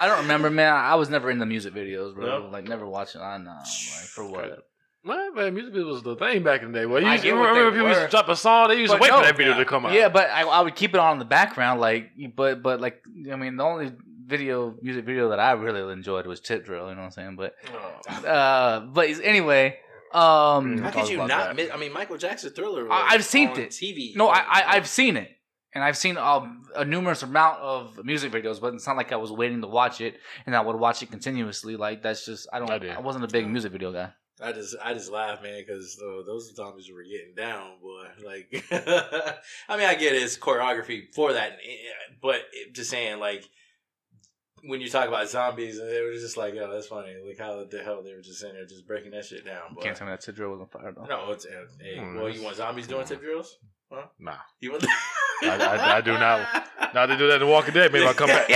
S2: I don't remember, man. I was never in the music videos, bro.
S1: No.
S2: Like never watching. I know, like for what?
S1: man, man, music videos was the thing back in the day. Well, you
S5: I
S1: used,
S5: get
S1: you
S5: what they
S1: remember people used
S5: were.
S1: to drop a song, they used to
S2: But
S1: wait
S2: no.
S1: for that video to come out.
S2: Yeah, but I, I would keep it on in the background, like, but but like, I mean, the only video music video that I really enjoyed was Chip Drill. You know what I'm saying? But uh, but anyway, um,
S1: Mm.
S5: How
S1: Oh. Talk
S5: could you
S1: about
S5: not
S1: that.
S5: miss? I mean, Michael Jackson Thriller.
S2: I-
S5: was
S2: I've seen
S5: on
S2: it.
S5: TV.
S2: No, I, I I've seen it, and I've seen um, a numerous amount of music videos, but it's not like I was waiting to watch it, and I would watch it continuously. Like that's just I don't.
S1: I
S2: I,
S1: did.
S2: wasn't a big music video guy.
S5: I just I just laugh, man, because uh, those zombies were getting down, boy. Like, I mean, I get it's choreography for that, eh, but it- just saying, like, when you talk about zombies, they were just like, oh, that's funny. Like how the hell they were just in there just breaking that shit down,
S2: You
S5: boy.
S2: can't tell me that Tidro was on fire though.
S5: No, it's eh, hey,
S1: Mm,
S5: well, you
S1: that's-
S5: want zombies doing tip drills? Huh?
S1: Nah.
S5: You want?
S1: I- I do not. Now they do that in Walking Dead. Maybe I'll come back.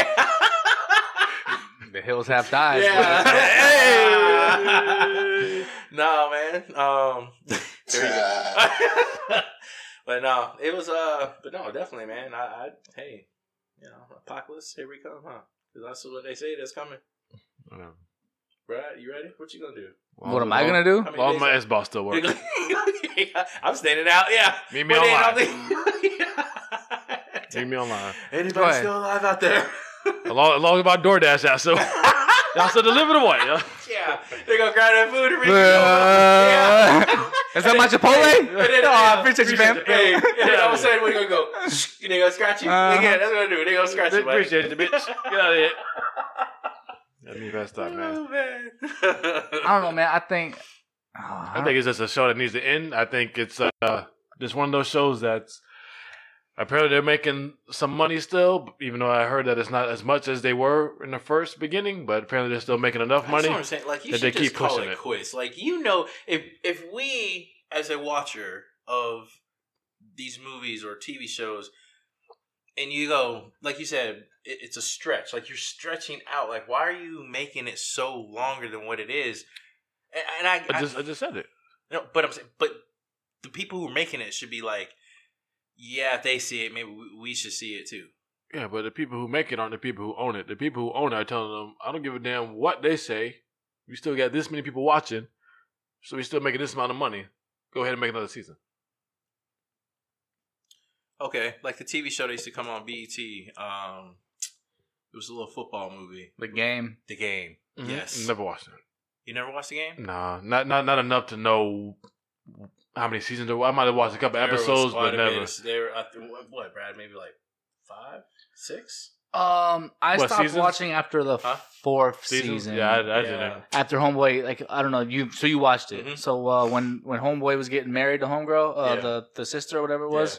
S2: The hills have died.
S5: Yeah.
S1: Hey!
S5: no, man. Um, there you go. but no, it was uh, but no, definitely, man. I, I hey, you know, apocalypse, here we come, huh? 'Cause that's what they say that's coming. Brad, you ready? What you gonna do?
S2: What am I gonna do?
S5: I mean,
S1: Well,
S5: they-
S1: my S boss still works.
S5: I'm standing out. Yeah.
S1: Meet me
S5: But then
S1: online.
S5: I'll be-
S1: Meet me online.
S2: Go
S5: Anybody
S2: ahead.
S5: still alive out there?
S1: Along, along with my DoorDash out, so y'all still deliver the one. Yeah.
S5: yeah, they gonna grab that food and bring it
S2: Uh,
S5: over. Yeah.
S2: Is that my
S5: Hey,
S2: Chipotle?
S5: but then,
S2: Oh,
S5: uh,
S2: I appreciate you, fam.
S5: Hey, and then all of a sudden we're gonna go. And they gonna scratch you.
S2: Uh-huh.
S5: Again, that's what I do. They gonna scratch you. buddy.
S1: Appreciate it, bitch. Get out of here. Let me best up, man.
S5: Oh man.
S2: I don't know, man. I think. Oh, I
S1: I
S2: don't-
S1: think it's just a show that needs to end. I think it's uh, just one of those shows that's apparently they're making some money still, even though I heard that it's not as much as they were in the first beginning, but apparently they're still making enough
S5: That's
S1: money.
S5: what I'm saying. Like you
S1: that
S5: should
S1: they
S5: just
S1: keep
S5: call
S1: pushing
S5: it,
S1: it.
S5: quits. Like you know, if if we as a watcher of these movies or TV shows, and you go like you said, it, it's a stretch. Like you're stretching out. Like why are you making it so longer than what it is? And, and I,
S1: I just I just said it.
S5: No, but I'm saying, but the people who are making it should be like, yeah, if they see it, maybe we, we should see it too.
S1: Yeah, but the people who make it aren't the people who own it. The people who own it are telling them, I don't give a damn what they say. We still got this many people watching, so we still making this amount of money. Go ahead and make another season.
S5: Okay, like the TV show that used to come on BET. Um, it was a little football movie,
S2: the game.
S5: The Game. Yes,
S1: Mm-hmm. Never watched it.
S5: you never watched The Game?
S1: Nah, not not not enough to know how many seasons there were. I might have watched a couple
S5: There was
S1: episodes, but
S5: quite a
S1: never.
S5: bit. They were I th- what, what, Brad? Maybe like five, six.
S2: Um, I
S1: What,
S2: stopped
S1: seasons?
S2: watching after the
S5: Huh?
S2: fourth
S1: Seasons?
S2: season.
S1: Yeah, I, I
S5: Yeah.
S1: didn't.
S2: after Homeboy, like I don't know, you so you watched it.
S5: Mhm.
S2: So uh, when when Homeboy was getting married to Homegirl, uh,
S5: Yeah.
S2: the the sister or whatever it was,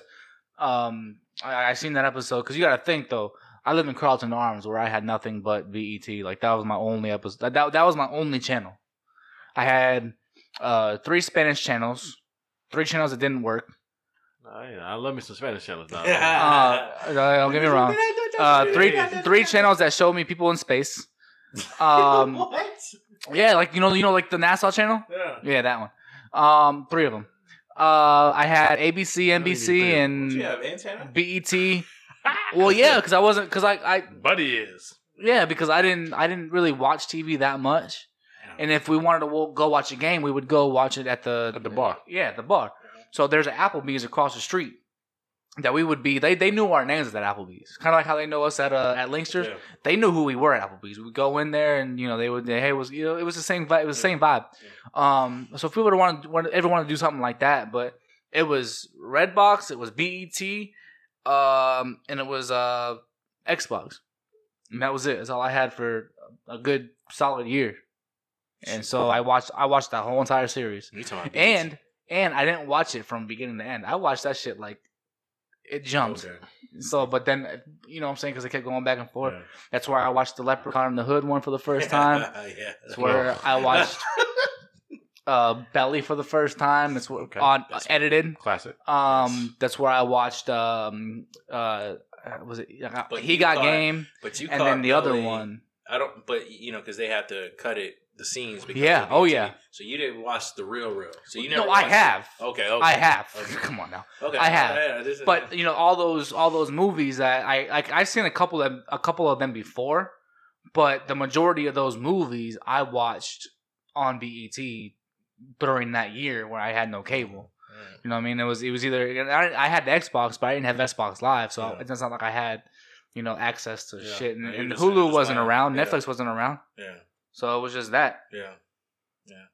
S2: um, I, I seen that episode because you got to think though. I lived in Carlton Arms where I had nothing but BET. Like that was my only episode. That that, that was my only channel. I had uh, three Spanish channels, three channels that didn't work.
S1: I, I love me some Spanish channels now.
S5: Yeah.
S2: Uh, don't get me wrong. Uh, three three channels that showed me people in space. Um,
S5: what?
S2: yeah, like you know, you know, like the NASA channel.
S5: Yeah.
S2: Yeah, that one. Um, three of them. Uh, I had ABC, NBC,
S1: three of them.
S2: and
S5: Do you have antenna?
S2: BET. Well, yeah, because I wasn't because I, I
S1: Buddy is.
S2: yeah because I didn't I didn't really watch TV that much. And if we wanted to wo- go watch a game, we would go watch it at the
S1: At the bar.
S2: Yeah, at the bar. So there's an Applebee's across the street that we would be. They they knew our names at that Applebee's, kind of like how they know us at uh, at Linksters.
S5: Yeah.
S2: They knew who we were at Applebee's. We'd go in there and you know they would hey it was you know it was the same vibe. It was the same vibe. Um, so if we would want to ever want to do something like that, but it was Redbox, it was BET, um, and it was uh Xbox, and that was it. That's all I had for a good solid year. And so I watched I watched that whole entire series,
S5: You talking about BET.
S2: and and I didn't watch it from beginning to end. I watched that shit like it jumped.
S5: Okay.
S2: So, but then you know what I'm saying because it kept going back and forth.
S5: Yeah.
S2: That's where I watched the Leprechaun in the Hood one for the first time.
S5: yeah.
S2: That's where I watched uh, Belly for the first time. It's
S1: Okay.
S2: okay. on edited.
S1: Classic.
S2: Um, that's where I watched. Um, uh, was it? uh,
S5: But
S2: he
S5: you
S2: got
S5: caught-
S2: game,
S5: But you
S2: and
S5: caught
S2: then the other
S5: Belly-
S2: one.
S5: I don't, but you know, because they have to cut it the scenes. Because
S2: Yeah,
S5: of
S2: oh,
S5: BT.
S2: yeah.
S5: So you didn't watch the real, real. So you never.
S2: No, I
S5: watched-
S2: have.
S5: Okay, okay.
S2: I have.
S5: Okay.
S2: Come on now.
S5: Okay,
S2: I have.
S5: Yeah, yeah, this is-
S2: But you know all those all those movies that I like. I've seen a couple of a couple of them before, but the majority of those movies I watched on BET during that year where I had no cable.
S5: Mm.
S2: You know what I mean? It was it was either and I, I had the Xbox, but I didn't have Xbox Live, so
S5: Yeah.
S2: it's not like I had you know access to
S5: Yeah.
S2: shit. And,
S5: No, you
S2: and
S5: just-
S2: Hulu
S5: just
S2: wasn't
S5: like-
S2: around,
S5: yeah.
S2: Netflix wasn't around,
S5: yeah,
S2: so it was just that
S5: yeah, yeah.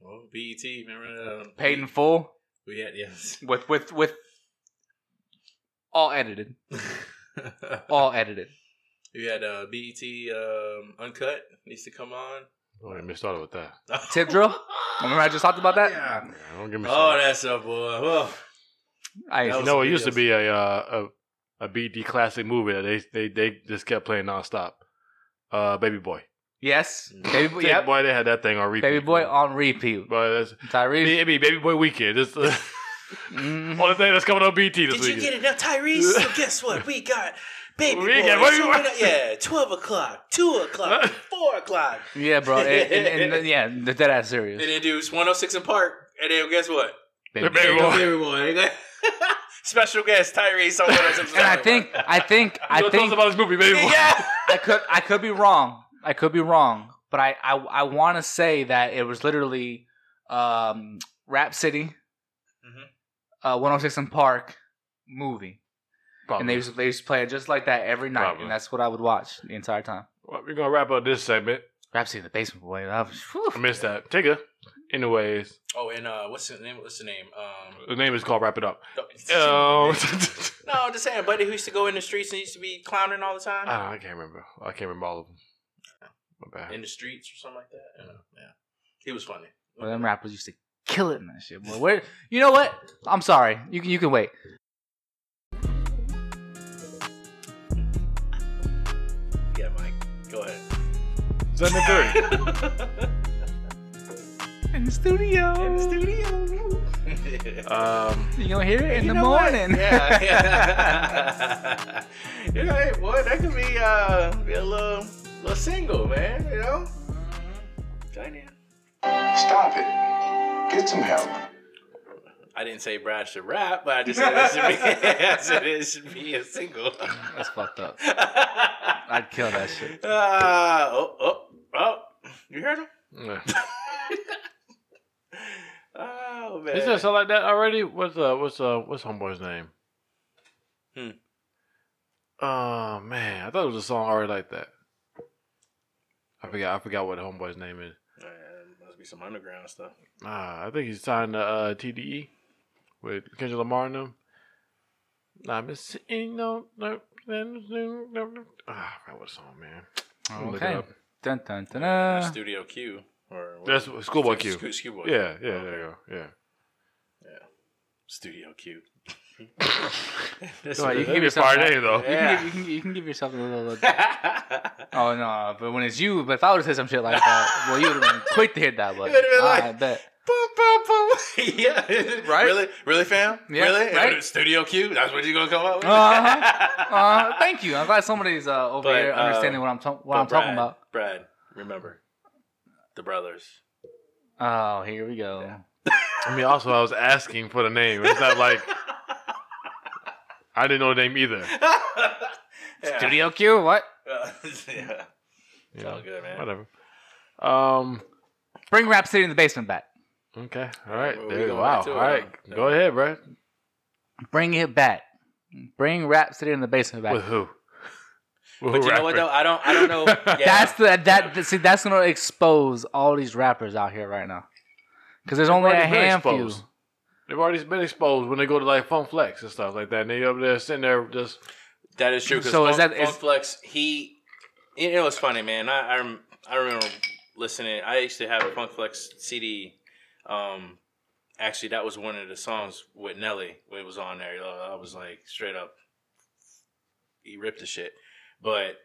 S5: Well, BET, remember that? Um,
S2: paid in full
S5: We had yes.
S2: with with with all edited, all edited.
S5: we had uh, BET um, Uncut needs to come on.
S1: Don't get me started with that.
S2: Tip drill? Remember I just talked about that?
S5: Yeah.
S1: Yeah, don't get me
S5: Oh,
S1: started.
S5: that's a boy. Well,
S2: I
S5: That
S1: you
S5: was
S1: know,
S5: some
S1: it used to
S5: videos.
S1: be a uh, a a BD classic movie that they they they just kept playing nonstop. Uh, Baby Boy.
S2: yes, baby boy.
S1: Baby
S2: Yep.
S1: Boy, they had that thing on repeat.
S2: Baby boy on repeat.
S1: Boy, that's,
S2: Tyrese.
S1: it'd be Baby Boy Weekend. It's the
S2: Mm.
S1: only thing that's coming on BT this
S5: Did you
S1: weekend.
S5: get enough, Tyrese? so guess what? We got baby
S1: We
S5: boy.
S1: got baby
S5: so
S1: boy.
S5: we got- yeah, twelve o'clock, two o'clock, four o'clock.
S2: Yeah, bro. And, and, and, and, yeah, the dead ass serious.
S5: And then do 106 in Park. And then guess what?
S1: The
S2: Baby boy.
S1: Baby Boy.
S5: Baby boy. Special guest Tyrese on 106 in
S2: And I
S5: Park.
S2: think, I think, I
S1: Don't tell us
S2: think
S1: about this movie, Baby Boy.
S5: yeah.
S2: I could, I could be wrong. I could be wrong, but I, I, I want to say that it was literally, um, Rap City,
S5: Mhm.
S2: uh, 106 and Park movie,
S1: Probably.
S2: and they used, to- they used to play it just like that every night,
S1: Probably.
S2: and that's what I would watch the entire time.
S1: Well, we're gonna wrap up this segment.
S2: Rap City in the basement, boy. That was- whew.
S1: I missed that. Tigger. Anyways,
S5: Oh, and uh, what's the name? What's the name? Um,
S1: the name is called Wrap It Up.
S5: no,
S2: Oh.
S1: Um,
S5: I'm just saying, buddy who used to go in the streets and used to be clowning all the time.
S1: Ah, I can't remember. I can't remember all of them. My bad.
S5: in the streets or something like that. Yeah, yeah. he was funny.
S2: Well, them rappers used to kill it in that shit, boy. Where you know what? I'm sorry. You can you can wait.
S5: Yeah, Mike, go ahead.
S1: Seven thirty.
S2: In the studio.
S5: studio.
S1: Um,
S2: You gonna hear it in
S5: You
S2: the
S5: know what?
S2: morning.
S5: Yeah. yeah. you know, hey, boy, that could be, uh, be a little, little single, man. You know.
S2: Mm-hmm.
S5: Join in.
S4: Stop it. Get some help.
S5: I didn't say Brad should rap, but I just said it should be, I said it should be a single.
S2: That's fucked up.
S5: Ah,
S2: I'd kill that shit.
S5: oh, oh, oh. You heard him?
S1: yeah.
S5: Oh, man.
S1: Is there something like that already? What's uh, what's uh, what's homeboy's name?
S5: Hmm.
S1: Oh man, I thought it was a song already like that. I forgot. I forgot what homeboy's name is.
S5: Uh, it must be some underground stuff.
S1: Ah, I think he's signed to uh, TDE with Kendrick Lamar and them. Nah, I've been sitting on. Ah, I forgot what song, man. I'm gonna look it
S2: Okay.
S1: up.
S2: Dun dun dun. dun.
S5: Studio Q. Or what-
S1: That's Schoolboy Q.
S5: Sco- Schoolboy Q.
S1: Yeah, yeah,
S5: Okay.
S1: there you go. Yeah.
S5: Studio Q.
S1: Right, you
S2: give
S1: can give me a
S2: yourself
S1: fire
S2: that.
S1: name though.
S2: You,
S5: Yeah.
S2: can give, you, can, you can give yourself a little. Oh no! But when it's you, but if I would have said some shit like that, well, you would have been quick to hit that. But
S5: would've been
S2: I
S5: like-
S2: bet.
S5: Boom, boom, boom. yeah.
S2: Right?
S5: Really? Really, fam?
S2: Yeah,
S5: really?
S2: right?
S5: Studio Q? That's what you're going to come up with?
S2: Uh-huh. Uh, thank you. I'm glad somebody's uh, over
S5: But,
S2: here
S5: uh,
S2: understanding what I'm ta- what
S5: But
S2: I'm talking about.
S5: Brad, remember the brothers.
S2: Oh, here we go.
S1: I mean, also, I was asking for the name. It's not like I didn't know the name either.
S5: Yeah.
S2: Studio Q. What?
S5: Uh, yeah.
S1: You
S5: It's all
S1: know,
S5: good, man.
S1: whatever. Um.
S2: Bring Rap City in the basement back.
S1: Okay. All right.
S5: Well, we
S1: There,
S5: going
S1: wow.
S5: back to
S1: All
S5: it,
S1: right.
S5: huh?
S1: Go ahead, bro.
S2: Bring it back. Bring Rap City in the basement back.
S1: With who? With
S5: But you know what though? I don't. I don't know. Yeah.
S2: That's the that see that's gonna expose all these rappers out here right now. Cause there's only a
S1: already been
S2: handful.
S1: exposed. They've already been exposed when they go to like Funk Flex and stuff like that. And they up there sitting there just
S5: That is true.
S2: So
S5: so
S2: is
S5: is
S2: that- is-
S5: Flex? He, you know, it's funny, man. I, I rem- I remember listening. I used to have a Funk Flex CD. Um, actually, that was one of the songs with Nelly. when It was on there. Uh, I was like straight up. He ripped the shit, but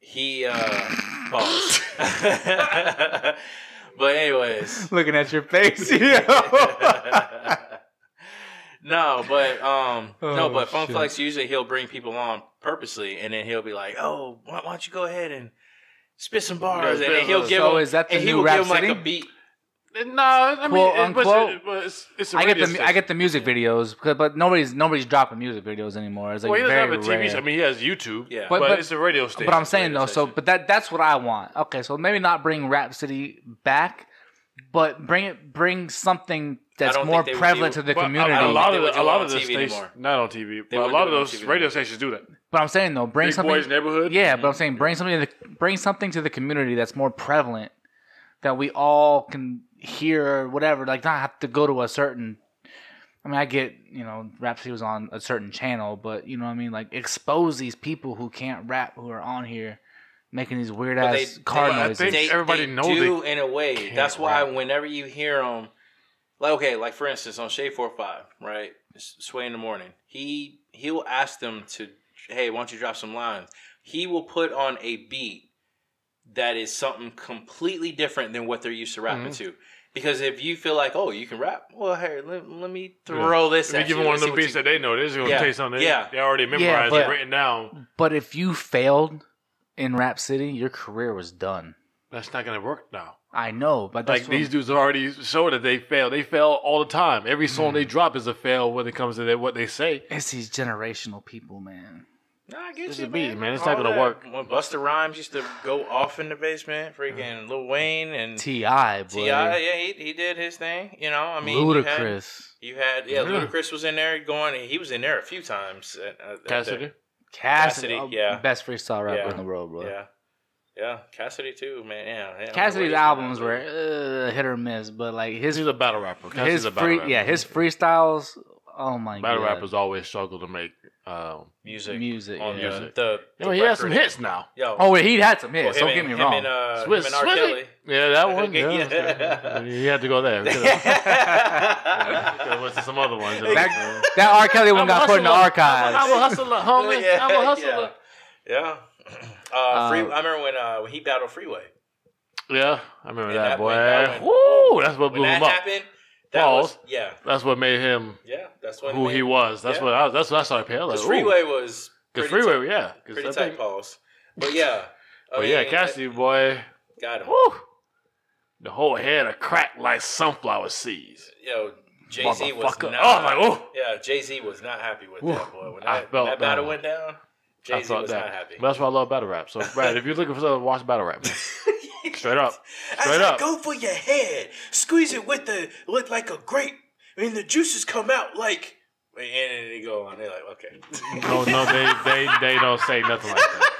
S5: he uh, pause. But anyways,
S2: Looking at your face, yo.
S5: no, but um, no,
S2: Oh,
S5: but Funk
S2: shit.
S5: Flex usually he'll bring people on purposely, and then he'll be like, "Oh, why, why don't you go ahead and spit some bars?"
S1: Yeah,
S5: and then
S1: spit
S5: he'll
S1: some-
S5: give
S2: So
S5: him,
S2: is that the
S5: and he
S2: new
S5: will
S2: Rap
S5: give him like a
S2: City?
S5: beat.
S1: No, I mean,
S2: Quote,
S1: it- but
S2: unquote.
S1: it's, but it's, it's a
S2: I get
S1: radio
S2: the mu-
S1: station.
S2: I get the music videos, 'cause- but nobody's nobody's dropping music videos anymore. It's like
S1: well, he doesn't
S2: very
S1: have a TV.
S2: rare.
S1: show. I mean, he has YouTube.
S5: Yeah.
S1: but,
S2: But- but-
S1: it's a radio station.
S2: but I'm saying
S1: radio
S2: though, so
S1: station.
S2: but that that's what I want. Okay, so maybe not bring Rhapsody back, but bring it bring something that's
S5: don't
S2: more
S5: think they would
S2: prevalent
S5: do-
S2: to the
S1: But
S2: community.
S1: A, a lot
S5: They
S1: of
S5: wouldn't
S1: the, a
S5: do it
S1: lot
S5: on
S1: of the
S5: TV
S1: stations,
S5: anymore.
S1: not on TV, but
S5: They
S1: a
S5: wouldn't
S1: lot
S5: do
S1: of
S5: it on
S1: those
S5: TV
S1: radio
S5: anymore.
S1: stations do that.
S2: but I'm saying though, bring
S1: Big
S2: something.
S1: Boys Neighborhood.
S2: yeah, but I'm saying bring something to the, bring something to the community that's more prevalent that we all can hear or whatever. Like not have to go to a certain. I mean, I get you know Rhapsody was on a certain channel, but you know what I mean. Like expose these people who can't rap who are on here making these weird
S5: But they-
S2: ass car
S1: Well, I
S2: noises.
S1: think- everybody knows
S5: do in a way.
S1: can't
S5: That's why
S1: rap.
S5: whenever you hear them, like okay, like for instance on Shade Four Five, right, S- Sway in the morning, he he'll ask them to, hey, why don't you drop some lines? He will put on a beat that is something completely different than what they're used to rapping
S1: Mm-hmm.
S5: to. Because if you feel like, oh, you can rap, well, hey, let, let me throw this
S1: If you give
S5: at you.
S1: them one of
S5: Let's see
S1: them
S5: what you-
S1: beats that they know, they're just gonna
S5: Yeah.
S1: taste something. they-
S5: Yeah.
S1: they already memorized
S2: but-
S1: it, written down.
S2: But if you failed in Rap City, your career was done.
S1: That's not gonna work now.
S2: I know, but that's
S1: like
S2: what-
S1: these dudes already show that they fail. They fail all the time. Every song
S2: Mm.
S1: they drop is a fail when it comes to their, what they say.
S2: it's these generational people, man.
S5: Nah, I get
S1: It's
S5: you,
S1: a beat,
S5: man.
S1: man. It's
S5: All
S1: not gonna
S5: that.
S1: work.
S5: When Busta Rhymes used to go off in the basement, freaking Lil Wayne and
S2: Ti, boy,
S5: Ti, yeah, he, he did his thing. You know, I mean,
S2: ludicrous,
S5: You had, you had yeah,
S1: Yeah.
S5: Ludacris was in there going. and He was in there a few times. At, at- at
S1: Cassidy.
S2: Cassidy, oh,
S5: Cassidy, yeah.
S2: best freestyle rapper
S5: Yeah.
S2: in the world,
S5: the-
S2: bro.
S5: yeah, yeah, Cassidy too, man. Yeah, yeah
S2: Cassidy's albums were uh, hit or miss, but like his
S1: He's a battle rapper. Cassidy's
S2: his
S1: a battle
S2: free,
S1: rapper.
S2: yeah his freestyles. Oh my
S1: battle
S2: god,
S1: rappers always struggle to make. Um,
S5: music,
S2: music,
S5: on
S2: yeah.
S5: music. The,
S1: you
S5: the
S1: know, he has some
S5: record.
S1: hits now.
S5: Yo,
S2: Oh, wait, he had some
S5: well,
S2: hits.
S5: him
S2: don't get
S5: and-
S2: me
S5: him
S2: wong.
S5: and, uh,
S1: Swiss,
S5: him and R.
S1: Swizzy?
S5: Kelly.
S1: Yeah, that one.
S5: Okay,
S1: Yeah,
S5: yeah.
S1: you had to go there. There was some other ones.
S2: That- that R. Kelly one got put in the archives.
S1: I'm a hustler, homie. I'm a hustler.
S5: Yeah. yeah. Uh, Free,
S2: Um,
S5: I remember when uh, when he battled Freeway.
S1: Yeah, I remember
S5: And
S1: that,
S5: that
S1: boy.
S5: went- that went-
S1: Woo, that's what
S5: When
S1: blew
S5: that
S1: him up.
S5: happened, that
S1: Pause.
S5: was yeah,
S1: That's what made him
S5: yeah. That's when
S1: who
S5: they-
S1: he was. That's
S5: yeah.
S1: what I was. That's what I started paying. Like,
S5: Because
S1: ooh.
S5: Freeway was
S1: 'Cause
S5: pretty
S1: freeway, yeah.
S5: tight,
S1: 'Cause
S5: pretty
S1: that
S5: tight
S1: thing-
S5: pause. But yeah, I
S1: But yeah,
S5: mean,
S1: Cassidy, boy.
S5: got him.
S1: Woo. The whole head a crack like sunflower seeds.
S5: Yo, Jay Z was
S1: Motherfucker.
S5: not.
S1: Oh, I'm like, oh.
S5: Yeah, Jay Z was not happy with
S1: Woo.
S5: that boy. When
S1: I
S5: that,
S1: felt
S5: that battle
S1: that.
S5: went down,
S1: I
S5: Jay Z
S1: thought
S5: was
S1: that.
S5: not happy.
S1: But that's why I love battle rap. So, Brad, if you're looking for something, watch battle rap. Straight up.
S5: I
S1: Straight
S5: said,
S1: up.
S5: go for your head, squeeze it with the look like a grape, and the juices come out like. And then they go on. They're like, okay.
S1: No, no, they, they, they don't say nothing like that.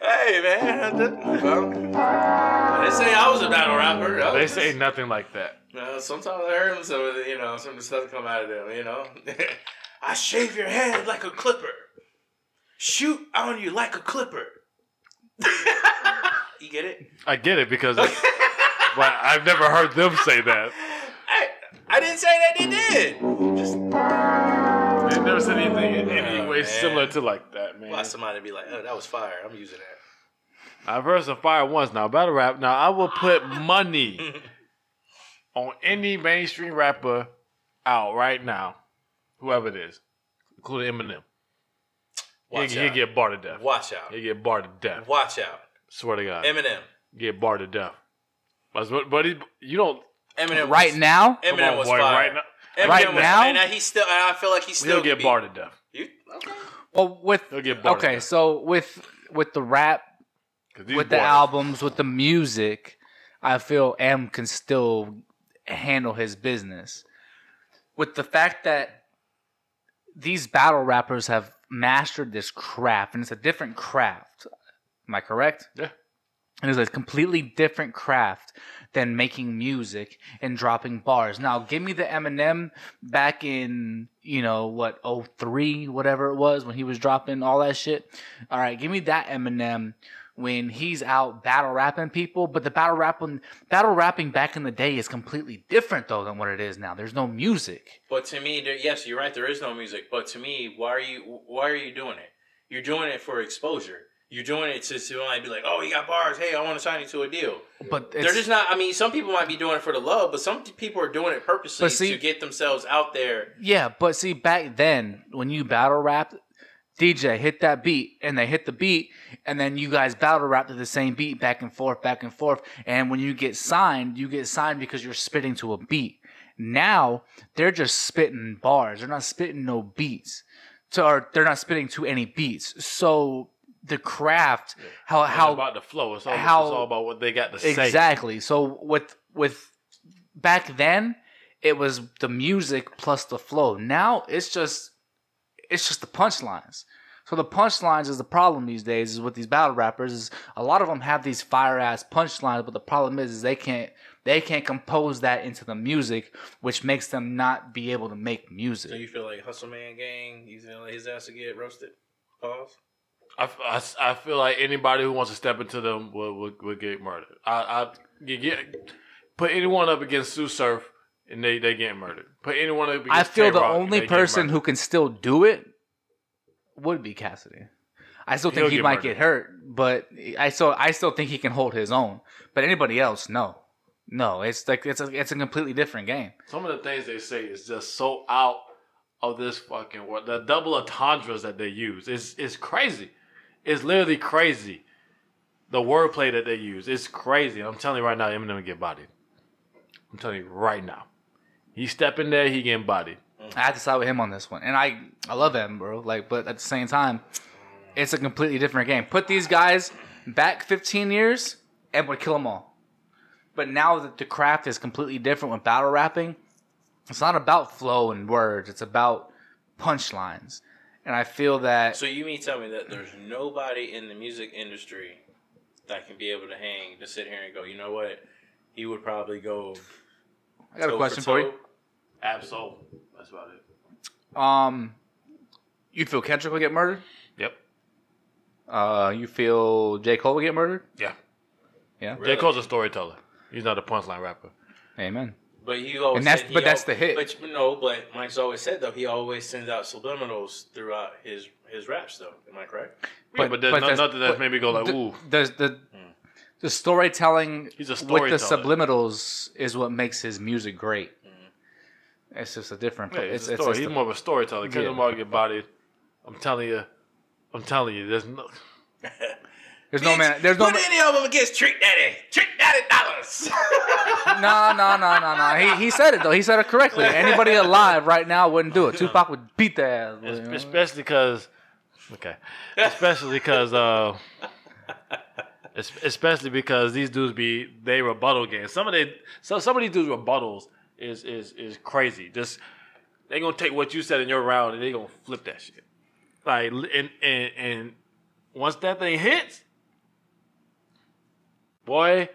S5: hey man, well, they say I was a battle rapper. I
S1: They
S5: was
S1: say nothing like that.
S5: No, Uh, sometimes I heard him, so you know, some of the stuff come out of them, you know. I shave your head like a clipper. Shoot on you like a clipper. you get it?
S1: I get it because, it's, but I've never heard them say that.
S5: I, I didn't say that they did. Just
S1: They've never said anything in any
S5: Oh,
S1: way
S5: man.
S1: similar to like that, man.
S5: watch somebody be like, oh, that was fire. I'm using that.
S1: I've heard some fire once. Now battle rap. Now I will put money on any mainstream rapper out right now, whoever it is, including Eminem.
S5: Watch
S1: he, he
S5: out.
S1: get barred to death.
S5: Watch out.
S1: He get barred to death.
S5: Watch out.
S1: Swear to God,
S5: Eminem.
S1: get barred to death. But, but- but he, you don't.
S5: Eminem.
S2: Right
S5: was,
S2: now,
S1: come
S5: Eminem
S1: on,
S5: was
S1: boy,
S5: fire.
S1: right now.
S5: Eminem
S2: Right
S5: was,
S2: now?
S5: And he still. And I feel like he still
S1: He'll get
S5: could be-
S1: barred to death.
S5: You, okay.
S2: well, with
S1: He'll get barred. to
S2: okay,
S1: death.
S2: so with with the rap
S1: 'Cause he's
S2: with the
S1: barred.
S2: albums, with the music, I feel M can still handle his business. With the fact that these battle rappers have mastered this craft, and it's a different craft. Am I correct?
S1: Yeah.
S2: And it's a completely different craft than making music and dropping bars. Now, give me the Eminem back in, you know, what, 03, whatever it was, when he was dropping all that shit. All right, give me that Eminem when he's out battle rapping people, but the battle rapping battle rapping back in the day is completely different though than what it is now. There's no music.
S5: But to me, there, yes, you're right. There is no music. But to me, why are you why are you doing it? You're doing it for exposure. You join it to, to only be like, oh, you got bars. Hey, I want to sign you to a deal.
S2: But it's,
S5: They're just not. I mean, some people might be doing it for the love, but some people are doing it purposely
S2: But see-
S5: to get themselves out there.
S2: Yeah, but see, back then when you battle rapped, DJ hit that beat, and they hit the beat, and then you guys battle rap to the same beat back and forth, back and forth. And when you get signed, you get signed because you're spitting to a beat. Now they're just spitting bars; they're not spitting no beats, to, or they're not spitting to any beats. So the craft, how
S1: It's
S2: how
S1: about the flow? It's all,
S2: how-
S1: it's all about what they got to say.
S2: Exactly. So with with back then, it was the music plus the flow. Now it's just it's just the punchlines. So the punchlines is the problem these days. Is with these battle rappers is a lot of them have these fire ass punchlines, but the problem is is they can't they can't compose that into the music, which makes them not be able to make music.
S5: So you feel like Hustle Man Gang, he's gonna let his ass to get roasted. Pause.
S1: I, I, I feel like anybody who wants to step into them will will, will get murdered. I, I you get put anyone up against Sue Surf and they they get murdered. Put anyone up against
S2: I feel the
S1: K-Rock and
S2: only
S1: they get
S2: person
S1: murdered.
S2: who can still do it would be Cassidy. I still think
S1: He'll
S2: he
S1: get
S2: might
S1: murdered.
S2: get hurt, but I still I still think he can hold his own. But anybody else, no, no. It's like it's a it's a completely different game.
S1: some of the things they say is just so out of this fucking world. The double entendres that they use is is crazy. It's literally crazy. The wordplay that they use is crazy. I'm telling you right now, Eminem will get bodied. I'm telling you right now. He step in there, he getting bodied.
S2: I have to side with him on this one, and I I love him, bro. Like, but at the same time, it's a completely different game. Put these guys back 15 years, and would kill them all. But now that the craft is completely different with battle rapping, it's not about flow and words. It's about punchlines, and I feel that
S5: So you mean tell me that there's nobody in the music industry that can be able to hang to sit here and go, you know what? He would probably go.
S2: I got a question for you.
S1: Absol. That's about it.
S2: Um, you feel Kendrick will get murdered?
S1: Yep.
S2: Uh, you feel J Cole will get murdered?
S1: Yeah.
S2: Yeah.
S1: J. Cole's a storyteller. He's not a punchline rapper.
S2: Amen.
S5: But he always
S2: And that's-
S5: said he
S2: but that's
S5: al-
S2: the hit.
S5: But you know, but Mike's always said though he always sends out subliminals throughout his his raps though. Am I correct?
S1: But, but there's no- nothing that's
S2: but
S1: made me go like,
S2: the-
S1: ooh. Hmm.
S2: There's the the storytelling
S1: He's a
S2: with
S1: storyteller.
S2: the subliminals is what makes his music great. It's just a different.
S1: Hmm. Yeah,
S2: it's,
S1: it's, a
S2: it's,
S1: story.
S2: it's
S1: He's
S2: the-
S1: more of a storyteller. Kendrick
S2: Yeah.
S1: Lamar get bodied. I'm telling you. I'm telling you. There's no.
S2: there's no man. There's no.
S5: Put any of them against Trick Daddy. Trick Daddy dollars.
S2: No, no, no, no, no. He he said it though. He said it correctly. Anybody alive right now wouldn't do it. Tupac would beat the ass. you know?
S1: especially because okay especially because uh es- especially because these dudes be they rebuttal games some of they so some of these dudes rebuttals is is is crazy just they gonna take what you said in your round and they gonna flip that shit like li- and and, and once that thing hits boy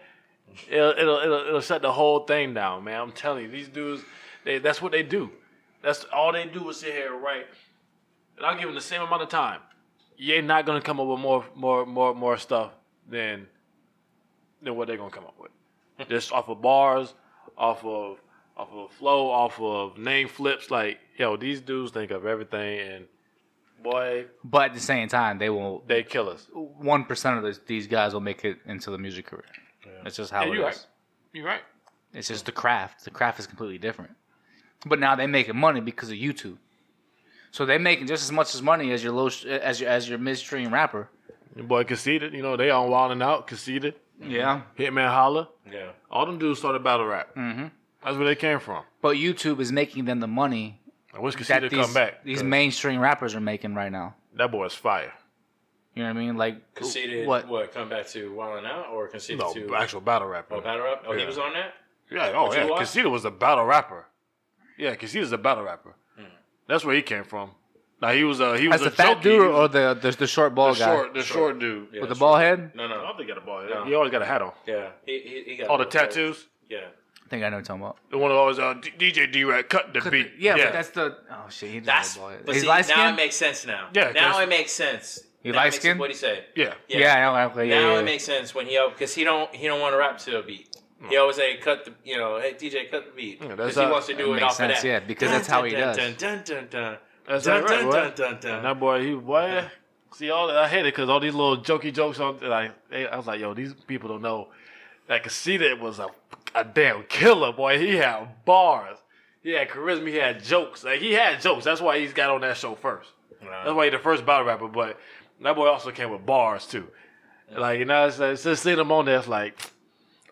S1: it'll, it'll it'll it'll shut the whole thing down man i'm telling you these dudes they that's what they do that's all they do is sit here and write and I'll give him the same amount of time. You ain't not gonna come up with more, more, more, more stuff than than what they're gonna come up with. Just off of bars, off of off of flow, off of name flips. Like yo, these dudes think of everything, and boy,
S2: But at the same time, they will.
S1: they kill us.
S2: One percent of these- these guys will make it into the music career. That's just how
S1: Yeah,
S2: it is.
S1: you're right. You right?
S2: It's just the craft. The craft is completely different. But now they making money because of YouTube. So they making just as much as money as your low as your as your midstream rapper.
S1: Your boy conceded. You know they on wilding out. Conceded.
S2: Yeah.
S1: Hitman holla.
S5: yeah.
S1: All them dudes started battle rap.
S2: hmm
S1: That's where they came from.
S2: But YouTube is making them the money
S1: I wish
S2: that
S1: conceded
S2: these,
S1: come back.
S2: these
S1: 'cause
S2: mainstream rappers are making right now.
S1: that boy's fire.
S2: You know what I mean? Like
S5: Conceded
S2: what?
S5: what? Come back to Wildin' Out or conceded
S1: No,
S5: to
S1: actual battle rapper.
S5: Oh, Battle Rap? Oh, he
S1: Yeah.
S5: was on that.
S1: Yeah, oh
S5: But you
S1: yeah.
S5: are?
S1: Casita was a battle rapper. Yeah, Casita's a battle rapper. That's where he came from. Now he was a he was
S2: That's
S1: a
S2: the fat
S1: jokey.
S2: dude
S1: He
S2: or
S1: was
S2: the the, the short ball
S1: the
S2: guy
S1: short the short dude.
S5: Yeah,
S2: with the
S5: sure.
S2: ball head?
S5: No,
S1: I
S5: no.
S1: don't think he got a ball.
S5: No.
S1: He always got a hat on.
S5: Yeah, he he, he got
S1: All the tattoos.
S5: Yeah,
S2: I think I know what you're talking about.
S1: The one that always uh, D- DJ D Rat cut the beat.
S2: Yeah, but that's the oh shit. He just
S5: that's.
S2: had a ball head.
S5: But
S2: He's
S5: see,
S2: light
S5: now it
S2: skinned.
S5: makes sense. Now,
S1: Yeah,
S5: now
S1: 'cause-
S5: it makes sense.
S2: He
S5: Now it makes
S2: light-skinned?
S5: What he say?
S1: yeah.
S2: yeah, yeah, I know, okay, yeah,
S5: now
S2: yeah,
S5: it
S2: yeah.
S5: makes sense when he because he don't he don't want to rap to a beat. He
S2: Hmm.
S5: always say cut the you know hey DJ cut the beat
S1: Yeah,
S5: because
S1: that's
S5: he
S1: how-
S5: wants to do
S2: That
S5: it
S2: makes
S5: off
S2: sense,
S5: of that.
S2: yeah, because that's how he does.
S5: Dun, dun, dun, dun, dun.
S1: That's
S5: Dun,
S1: right,
S5: dun,
S1: right,
S5: dun, dun,
S1: And
S5: dun.
S1: that boy, he boy, See, all I hate it because all these little jokey jokes on. Like, they- I was like, yo, these people don't know. I could see that it was a, a damn killer, boy. He had bars. He had charisma. He had jokes. Like he had jokes. That's why he's got on that show first. That's why he's the first battle rapper. But that boy also came with bars too. Like you know, it's, like, just seeing him on there, it's like,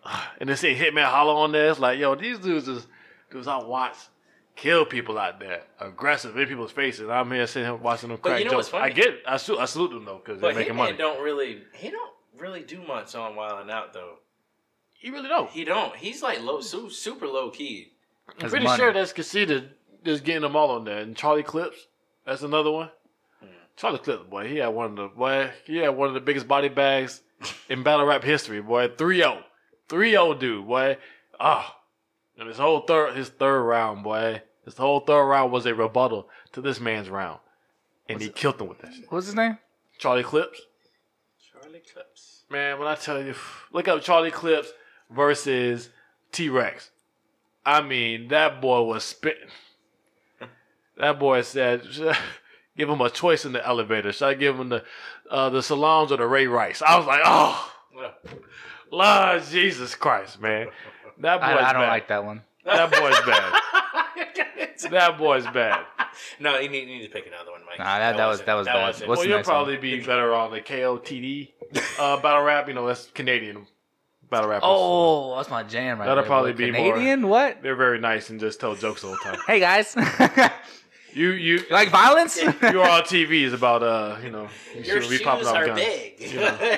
S1: and then seeing Hitman Hollow on there, it's like, yo, these dudes is dudes I watch kill people out there, aggressive in people's faces. I'm here sitting here watching them
S6: But
S1: crack
S6: you know
S1: jokes.
S6: what's funny?
S1: I get, it. I salute, I salute them though because they're
S6: But
S1: making
S6: Hitman
S1: money.
S6: don't really he don't really do much on Wild 'N Out though.
S1: You really don't.
S6: He don't. He's like low, su- super low key.
S1: I'm
S2: His
S1: pretty
S2: money.
S1: sure that's conceded just getting them all on there. And Charlie Clips, that's another one. Charlie Clips, boy, he had one of the boy, he had one of the biggest body bags in battle rap history, boy. 3-0. 3-0 dude, boy. Ah. And his whole third his third round, boy. His whole third round was a rebuttal to this man's round. And he killed him with that shit.
S2: What's his name?
S1: Charlie Clips.
S6: Charlie Clips.
S1: Man, when I tell you, look up Charlie Clips versus T Rex. I mean, that boy was spitting. That boy said, "Give him a choice in the elevator. Should I give him the uh, the salons or the Ray Rice?" I was like, "Oh, Lord Jesus Christ, man! That boy's
S2: I, I don't
S1: bad.
S2: like that one.
S1: that boy's bad. that boy's bad.
S6: no, you need, you need to pick another one, Mike.
S2: Nah, that- that was- that was bad.
S6: wasn't-
S2: What's-
S1: well,
S2: the
S1: you'll
S2: next one?
S1: probably be better on the KOTD uh, battle rap. You know, that's Canadian battle rappers.
S2: Oh, that's my jam right
S1: That'll
S2: there,
S1: probably
S2: boy.
S1: be more-
S2: Canadian. What?
S1: They're very nice and just tell jokes all the time.
S2: Hey guys, you
S1: You you
S2: like violence?
S1: you are on TV is about uh you know you
S6: Your
S1: should be
S6: shoes
S1: popping off
S6: are
S1: guns.
S6: big.
S1: You know.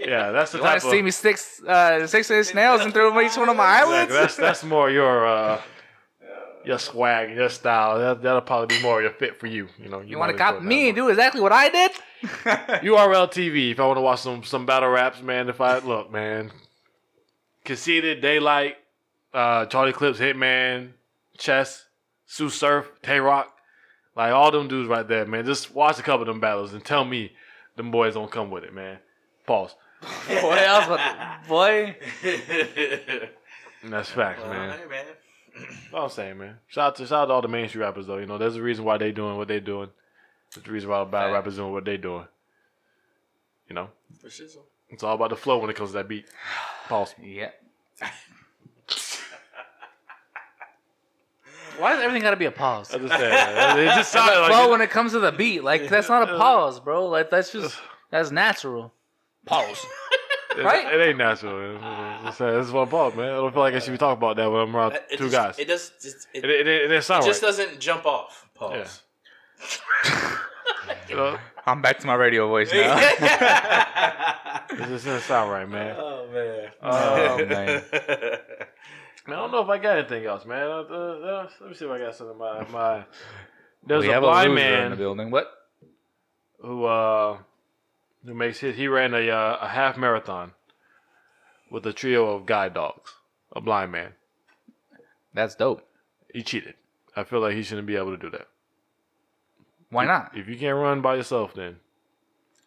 S1: Yeah, that's the
S2: You
S1: type
S2: want
S1: of
S2: to see me six uh, six inch nails and throw them each one on my eyelids?
S1: exactly. That's that's more your uh your swag and your style. That that'll probably be more your fit for you. You know
S2: you want
S1: might
S2: to cop
S1: enjoy
S2: me and
S1: that
S2: do exactly what I did?
S1: more. URL TV. If I want to watch some some battle raps, man. If I look, man, conceited daylight, uh, Charlie Clips, Hitman, Chess, Sue Surf, Tay Rock, like all them dudes right there, man. Just watch a couple of them battles and tell me them boys don't come with it, man. Pause.
S2: boy, I was about to- boy.
S1: And that's facts, man.
S6: Hey, man.
S1: That's what I'm saying, man. Shout out to shout out to all the mainstream rappers though. You know, there's a reason why they doing what they doing. There's a reason why the battle rappers doing what they doing. You know,
S6: For shizzle.
S1: it's all about the flow when it comes to that beat. Pause.
S2: Yeah. Why does everything gotta be a pause?
S1: I just said man. it Uh, just sounded like
S2: Well, when it comes to the beat, like that's not a pause, bro. Like that's just
S1: uh.
S2: that's natural. Pause.
S1: it,
S2: right?
S1: It, ain't natural. man. It's, it's, it's one pause, man. I don't feel like I should be talking about that when I'm around
S6: Uh, It
S1: two
S6: just-
S1: guys.
S6: It
S1: It
S6: does. It, it,
S1: it, it, it, didn't sound
S6: just
S1: right.
S6: doesn't jump off. Pause.
S1: You know?
S2: I'm back to my radio voice
S1: It just didn't sound right, man.
S6: oh man.
S2: oh man.
S1: Man, I don't know if I got anything else, man. Uh, uh, uh, let me see if I got something. My my there's
S2: we
S1: a
S2: have
S1: blind
S2: loser
S1: man
S2: in the building. What?
S1: who uh who makes his he ran a uh, a half marathon with a trio of guide dogs. A blind man.
S2: That's dope.
S1: He cheated. I feel like he shouldn't be able to do that.
S2: Why not?
S1: If you can't run by yourself, then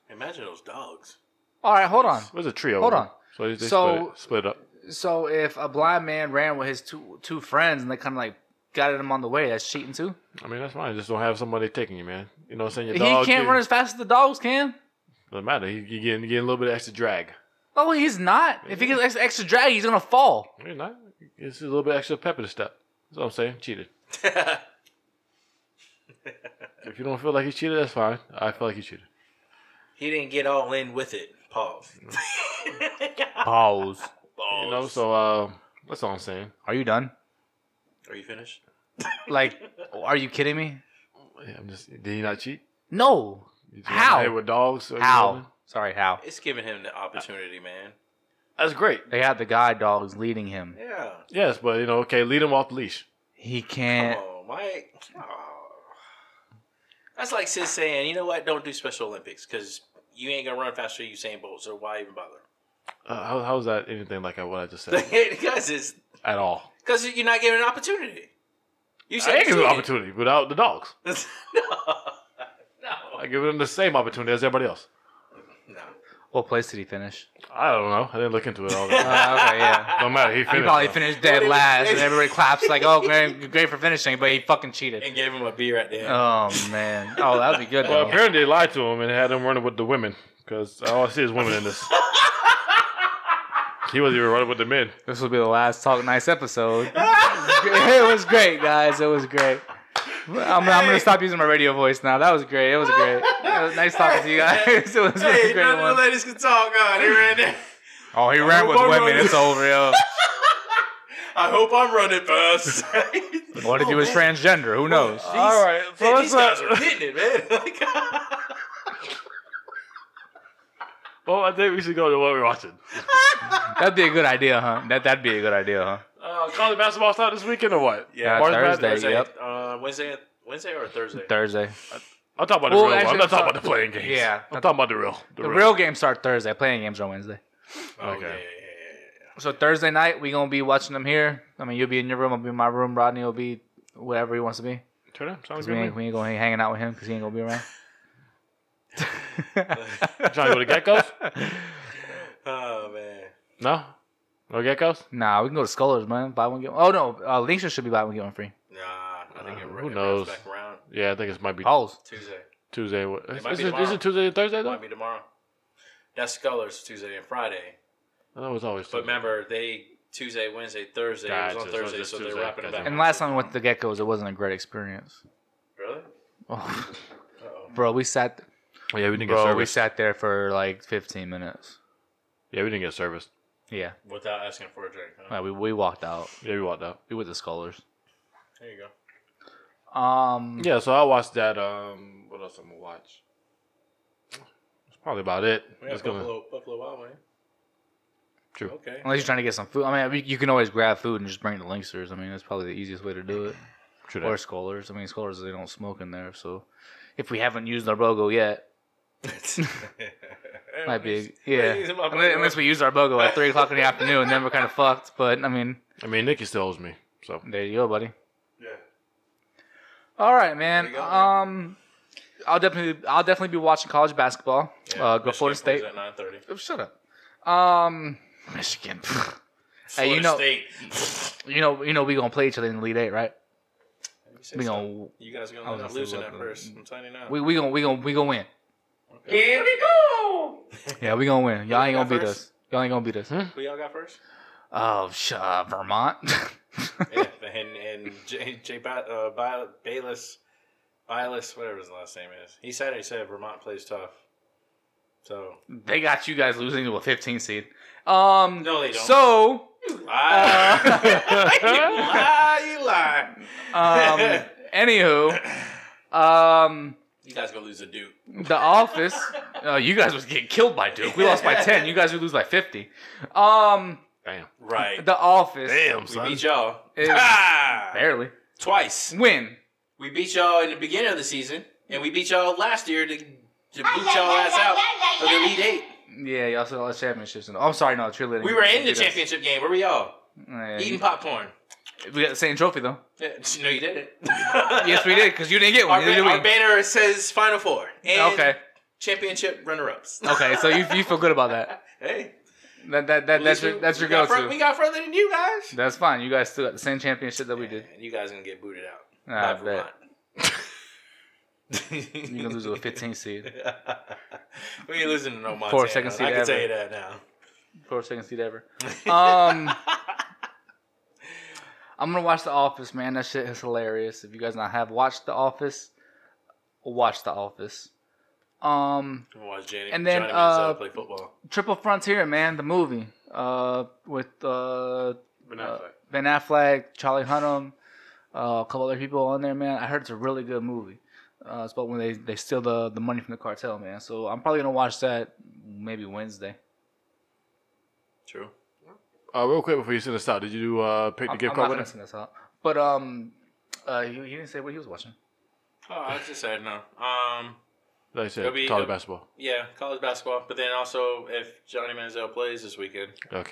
S6: Imagine those dogs.
S2: All right, hold on.
S1: it was a trio.
S2: Hold
S1: of
S2: on.
S1: them. So they, they
S2: So-
S1: split, it, split up.
S2: So if a blind man ran with his two two friends and they kind of like guided him on the way, that's cheating too.
S1: I mean, that's fine. Just don't have somebody taking you, man. You know what I'm saying? Your
S2: He
S1: dog
S2: can't
S1: get-
S2: run as fast as the dogs can.
S1: Doesn't matter. He, he getting, getting a little bit of extra drag.
S2: Oh, he's not. If he gets ex- extra drag, he's gonna fall.
S1: You're not. It's a little bit extra pep in the step. That's what I'm saying. Cheated. if you don't feel like he cheated, that's fine. I feel like he cheated.
S6: He didn't get all in with it. Pause.
S2: Pause.
S1: You know, so uh, that's all I'm saying.
S2: Are you done?
S6: Are you finished?
S2: Like, are you kidding me?
S1: Yeah, I'm just. Did he not cheat?
S2: No.
S1: You just
S2: How?
S1: out here with dogs? or
S2: How?
S1: something?
S2: Sorry, how?
S6: It's giving him the opportunity, man.
S1: That's great.
S2: They had the guide dogs leading him.
S6: Yeah.
S1: Yes, but you know, okay, lead him off the leash.
S2: He
S6: Come
S2: can't.
S6: on, Mike. Aw. That's like Sis saying, you know what? Don't do Special Olympics because you ain't gonna run faster than Usain Bolt. So why even bother?
S1: Uh, how, how's that anything like what I just said
S6: Because it's
S1: at all?
S6: because you're not giving an opportunity. You
S1: I ain't give him
S6: cheated.
S1: opportunity without the dogs.
S6: no, no,
S1: I give him the same opportunity as everybody else.
S6: no.
S2: What place did he finish?
S1: I don't know. I didn't look into it all that.
S2: Uh, okay, yeah.
S1: no matter. He
S2: He
S1: finished.
S2: probably
S1: though.
S2: finished dead last, and everybody claps like, "Oh, great, great for finishing," but he fucking cheated.
S5: and gave him a beer at the end.
S2: Oh man! Oh, that'd be good.
S1: Well,
S2: Though.
S1: apparently they lied to him and had him running with the women because all I see is women in this. he wasn't even running with the men.
S2: This will be the last talk nice episode. it was great, guys. It was great. I'm, I'm gonna stop using my radio voice now. That was great. It was great. It was nice talking to you guys. It was a
S7: Hey,
S2: great
S7: none of the
S2: one.
S7: ladies can talk. God, they ran there.
S2: Oh, he ran with
S7: One
S2: women.
S7: more-
S2: It's over, yo.
S7: I hope I'm running fast.
S2: What if he was transgender? Who knows?
S1: All right, so
S7: Man,
S1: let's
S7: these guys
S1: not-
S7: are hitting it, man. Like,
S1: Well, Oh, I think we should go to what we're watching.
S2: That'd be a good idea, huh? That that'd be a good idea, huh?
S1: Uh, college basketball start this weekend or what?
S2: Yeah,
S1: March
S2: Thursday.
S1: Madness?
S5: Wednesday,
S2: yep.
S5: uh, Wednesday, Wednesday or Thursday.
S2: Thursday.
S1: I'm talking about the
S2: Well,
S1: real. one.
S2: actually,
S1: I'm not talking
S2: I'm
S1: about the playing games.
S2: Yeah.
S1: I'm talking about the real.
S2: The real games start Thursday. Playing games are Wednesday.
S5: Oh,
S1: Okay.
S5: yeah, yeah,
S2: So Thursday night we gonna be watching them here. I mean, you'll be in your room. I'll be in my room. Rodney will be wherever he wants to be.
S1: Turn up. Sounds
S2: 'Cause
S1: good.
S2: we
S1: to
S2: ain't,
S1: me.
S2: we ain't gonna be hanging out with him because he ain't gonna be around.
S1: Trying to go to geckos?
S5: yeah. Oh man.
S1: No, no geckos.
S2: Nah, we can go to Scholars, man. Buy one get one. Oh no, uh, Lisa should be buy one get one free.
S5: Nah, I think
S1: Uh,
S5: it,
S1: who
S5: ra- it
S1: knows?
S5: knows? back around
S1: Yeah, I think it might be
S2: Pause.
S5: Tuesday.
S1: Tuesday. What- Is
S5: might
S1: is
S5: be
S1: it, is
S5: tomorrow.
S1: it Tuesday and Thursday
S5: It
S1: though?
S5: might be tomorrow. That's Scholars Tuesday and Friday.
S1: I know it's always. Tuesday.
S5: But remember, they Tuesday, Wednesday, Thursday. it was
S1: Gotcha,
S5: on
S1: so it's
S5: Thursday,
S1: just
S5: so,
S1: Tuesday.
S5: they're wrapping it
S1: Gotcha.
S5: back.
S2: And last time we went to the Geckos, it wasn't a great experience.
S5: really?
S2: Oh, bro, we sat.
S1: Oh, yeah, we didn't get
S2: Bro, we
S1: service.
S2: sat there for like 15 minutes.
S1: Yeah, we didn't get service.
S2: Yeah,
S5: Without asking for a drink. Huh?
S2: like, we we walked out.
S1: Yeah, we walked out.
S2: We went to Scholars.
S5: There you go. Hmm.
S2: Um,
S1: Yeah, so I watched that. Um, what else I'm gonna watch? That's probably about it.
S5: We have
S1: It's gonna-
S5: Buffalo, Buffalo Wild Wings.
S1: True.
S5: Okay.
S2: Unless you're trying to get some food. I mean, you can always grab food and just bring it to Linksters. I mean, that's probably the easiest way to do it.
S1: true that.
S2: Or Scholars. I mean, Scholars, they don't smoke in there. So if we haven't used our BOGO yet, might be. Yeah.
S5: Please, my
S2: Unless,
S5: BOGO.
S2: unless we use our BOGO at 3 o'clock in the afternoon, then we're kind of fucked. But, I mean,
S1: I mean, Nikki still owes me. So
S2: there you go, buddy.
S5: Yeah.
S2: All right, man.
S5: There you go, man.
S2: um, I'll definitely, I'll definitely be watching college basketball. uh, go Florida State.
S5: At nine thirty.
S2: Oh, Shut up. Um, Michigan. Hey, you know-
S5: State.
S2: you know, you know, we gonna play each other in the lead eight, right?
S5: You said
S2: We
S5: something.
S2: gonna
S5: You guys
S2: I was
S5: gonna end up
S2: gonna say
S5: losing
S2: what
S5: that
S2: the-
S5: first. I'm telling you now.
S2: We we gonna we gonna we gonna win.
S5: Okay.
S2: Here we go. Yeah, we gonna win. Y'all ain't gonna beat us. Y'all ain't gonna beat us.
S5: Who y'all got first?
S2: Oh, sh- uh, Vermont.
S5: yeah, and and Jay, Jay ba- uh, ba- Bayless, Bayless, whatever his last name is. He said he said Vermont plays tough. So
S2: they got you guys losing to a 15 seed. Um,
S5: No, they don't.
S2: So, uh,
S5: lie, you lie, you lie.
S2: um, anywho, um,
S5: You guys gonna lose a Duke.
S2: The Office. Uh, you guys was getting killed by Duke. We lost by 10. You guys would lose by 50. Um,
S1: damn,
S5: Right.
S2: The Office.
S1: damn,
S5: We
S1: son.
S5: beat y'all
S2: Is
S5: ah!
S2: barely
S5: twice.
S2: win.
S5: We beat y'all in the beginning of the season, and we beat y'all last year to to boot y'all ass out of the Elite Eight.
S2: Yeah, y'all said all the championships. And, oh, I'm sorry, no cheerleading.
S5: We were in the
S2: You guys-
S5: championship game. Where were y'all?
S2: Yeah, you-
S5: Eating popcorn.
S2: We got the same trophy though.
S5: Yeah, No, you didn't.
S2: Yes, we did because you didn't get
S5: Our,
S2: one.
S5: ba-
S2: Neither
S5: our
S2: did we.
S5: banner says Final Four and
S2: Okay,
S5: championship runner-ups.
S2: okay. So you, you feel good about that?
S5: hey,
S2: That that, that that's your that's your
S5: we got
S2: go
S5: fur- We
S2: to.
S5: got further than you guys.
S2: That's fine. You guys still got the same championship that we did.
S5: And you guys gonna get booted out.
S2: I
S5: by
S2: bet
S5: Vermont.
S2: you can lose to a 15 seed.
S5: we ain't losing to no Montana.
S2: Four second seed
S5: I can
S2: ever.
S5: tell you that now.
S2: First second seed ever. Um, I'm gonna watch The Office, man. That shit is hilarious. If you guys not have watched The Office, watch The Office. Um,
S5: Watch Johnny,
S2: And then,
S5: Johnny Manziel
S2: uh,
S5: play football.
S2: Triple Frontier, man, the movie uh, with uh,
S1: Ben
S2: uh,
S1: Affleck.
S2: Ben Affleck, Charlie Hunnam, uh, a couple other people on there, man. I heard it's a really good movie. Uh, it's about when they, they steal the, the money from the cartel, man. So I'm probably gonna watch that maybe Wednesday.
S5: True.
S1: Uh, real quick before you send us out, did you uh, pick the
S2: I'm,
S1: gift
S2: I'm
S1: card
S2: not
S1: with
S2: gonna
S1: us?
S2: send this out, but um, uh, he, he didn't say what he was watching.
S5: Oh, I just said no. Um,
S1: Like I said,
S5: It'll be-
S1: college
S5: it'll-
S1: basketball.
S5: yeah, college basketball. But then also, if Johnny Manziel plays this weekend,
S1: Okay.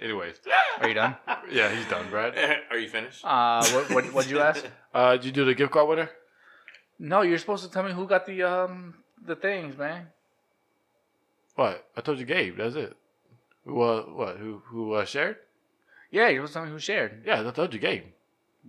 S1: Anyways,
S2: Are you done?
S1: yeah, he's done, right?
S5: are you finished?
S2: Uh, what what what'd you ask?
S1: Uh, did you do the gift card winner?
S2: No, you're supposed to tell me who got the um the things, man.
S1: What? I told you Gabe. That's it. Who, uh, what? Who, who uh, shared?
S2: Yeah, you was telling me who shared.
S1: Yeah, I told you Gabe.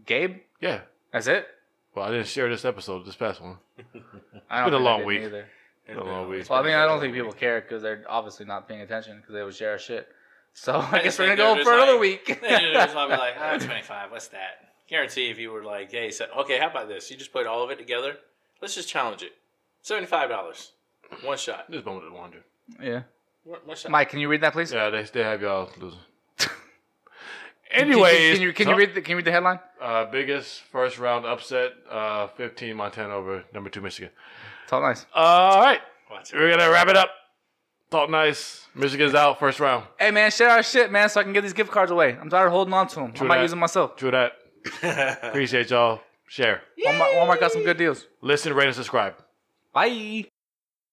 S2: Gabe?
S1: Yeah.
S2: That's it?
S1: Well, I didn't share this episode, this past one.
S2: I
S1: It's
S2: don't
S1: been a
S2: think I
S1: long
S2: did
S1: week.
S2: Either.
S1: It's been a long week.
S2: Well, I mean, I don't think people care because they're obviously not paying attention because they would share our shit. So I guess we're gonna
S5: think they're
S2: go for
S5: just
S2: another
S5: like-
S2: week.
S5: They just just wanna be like, ah, 25, what's that? Guarantee if you were like, hey, so, okay, how about this? You just put all of it together. Let's just challenge it. $75. One shot.
S1: This moment is wonder.
S2: yeah.
S5: One, one shot.
S2: Mike, can you read that, please?
S1: Yeah, they still have y'all losing.
S2: Can you-
S1: Anyways,
S2: can you can you
S1: so-
S2: read the, can you read the headline?
S1: uh, biggest first round upset? Uh, fifteen Montana over number two Michigan.
S2: It's all nice.
S1: All right,
S5: Watch it.
S1: we're gonna wrap it up. Thought nice. Michigan's out first round.
S2: Hey man, share our shit, man, so I can get these gift cards away. I'm tired of holding on to them. I
S1: True
S2: might
S1: that.
S2: use them myself.
S1: True that. Appreciate y'all. Share,
S2: Walmart, Walmart got some good deals.
S1: listen, rate, and subscribe.
S2: Bye.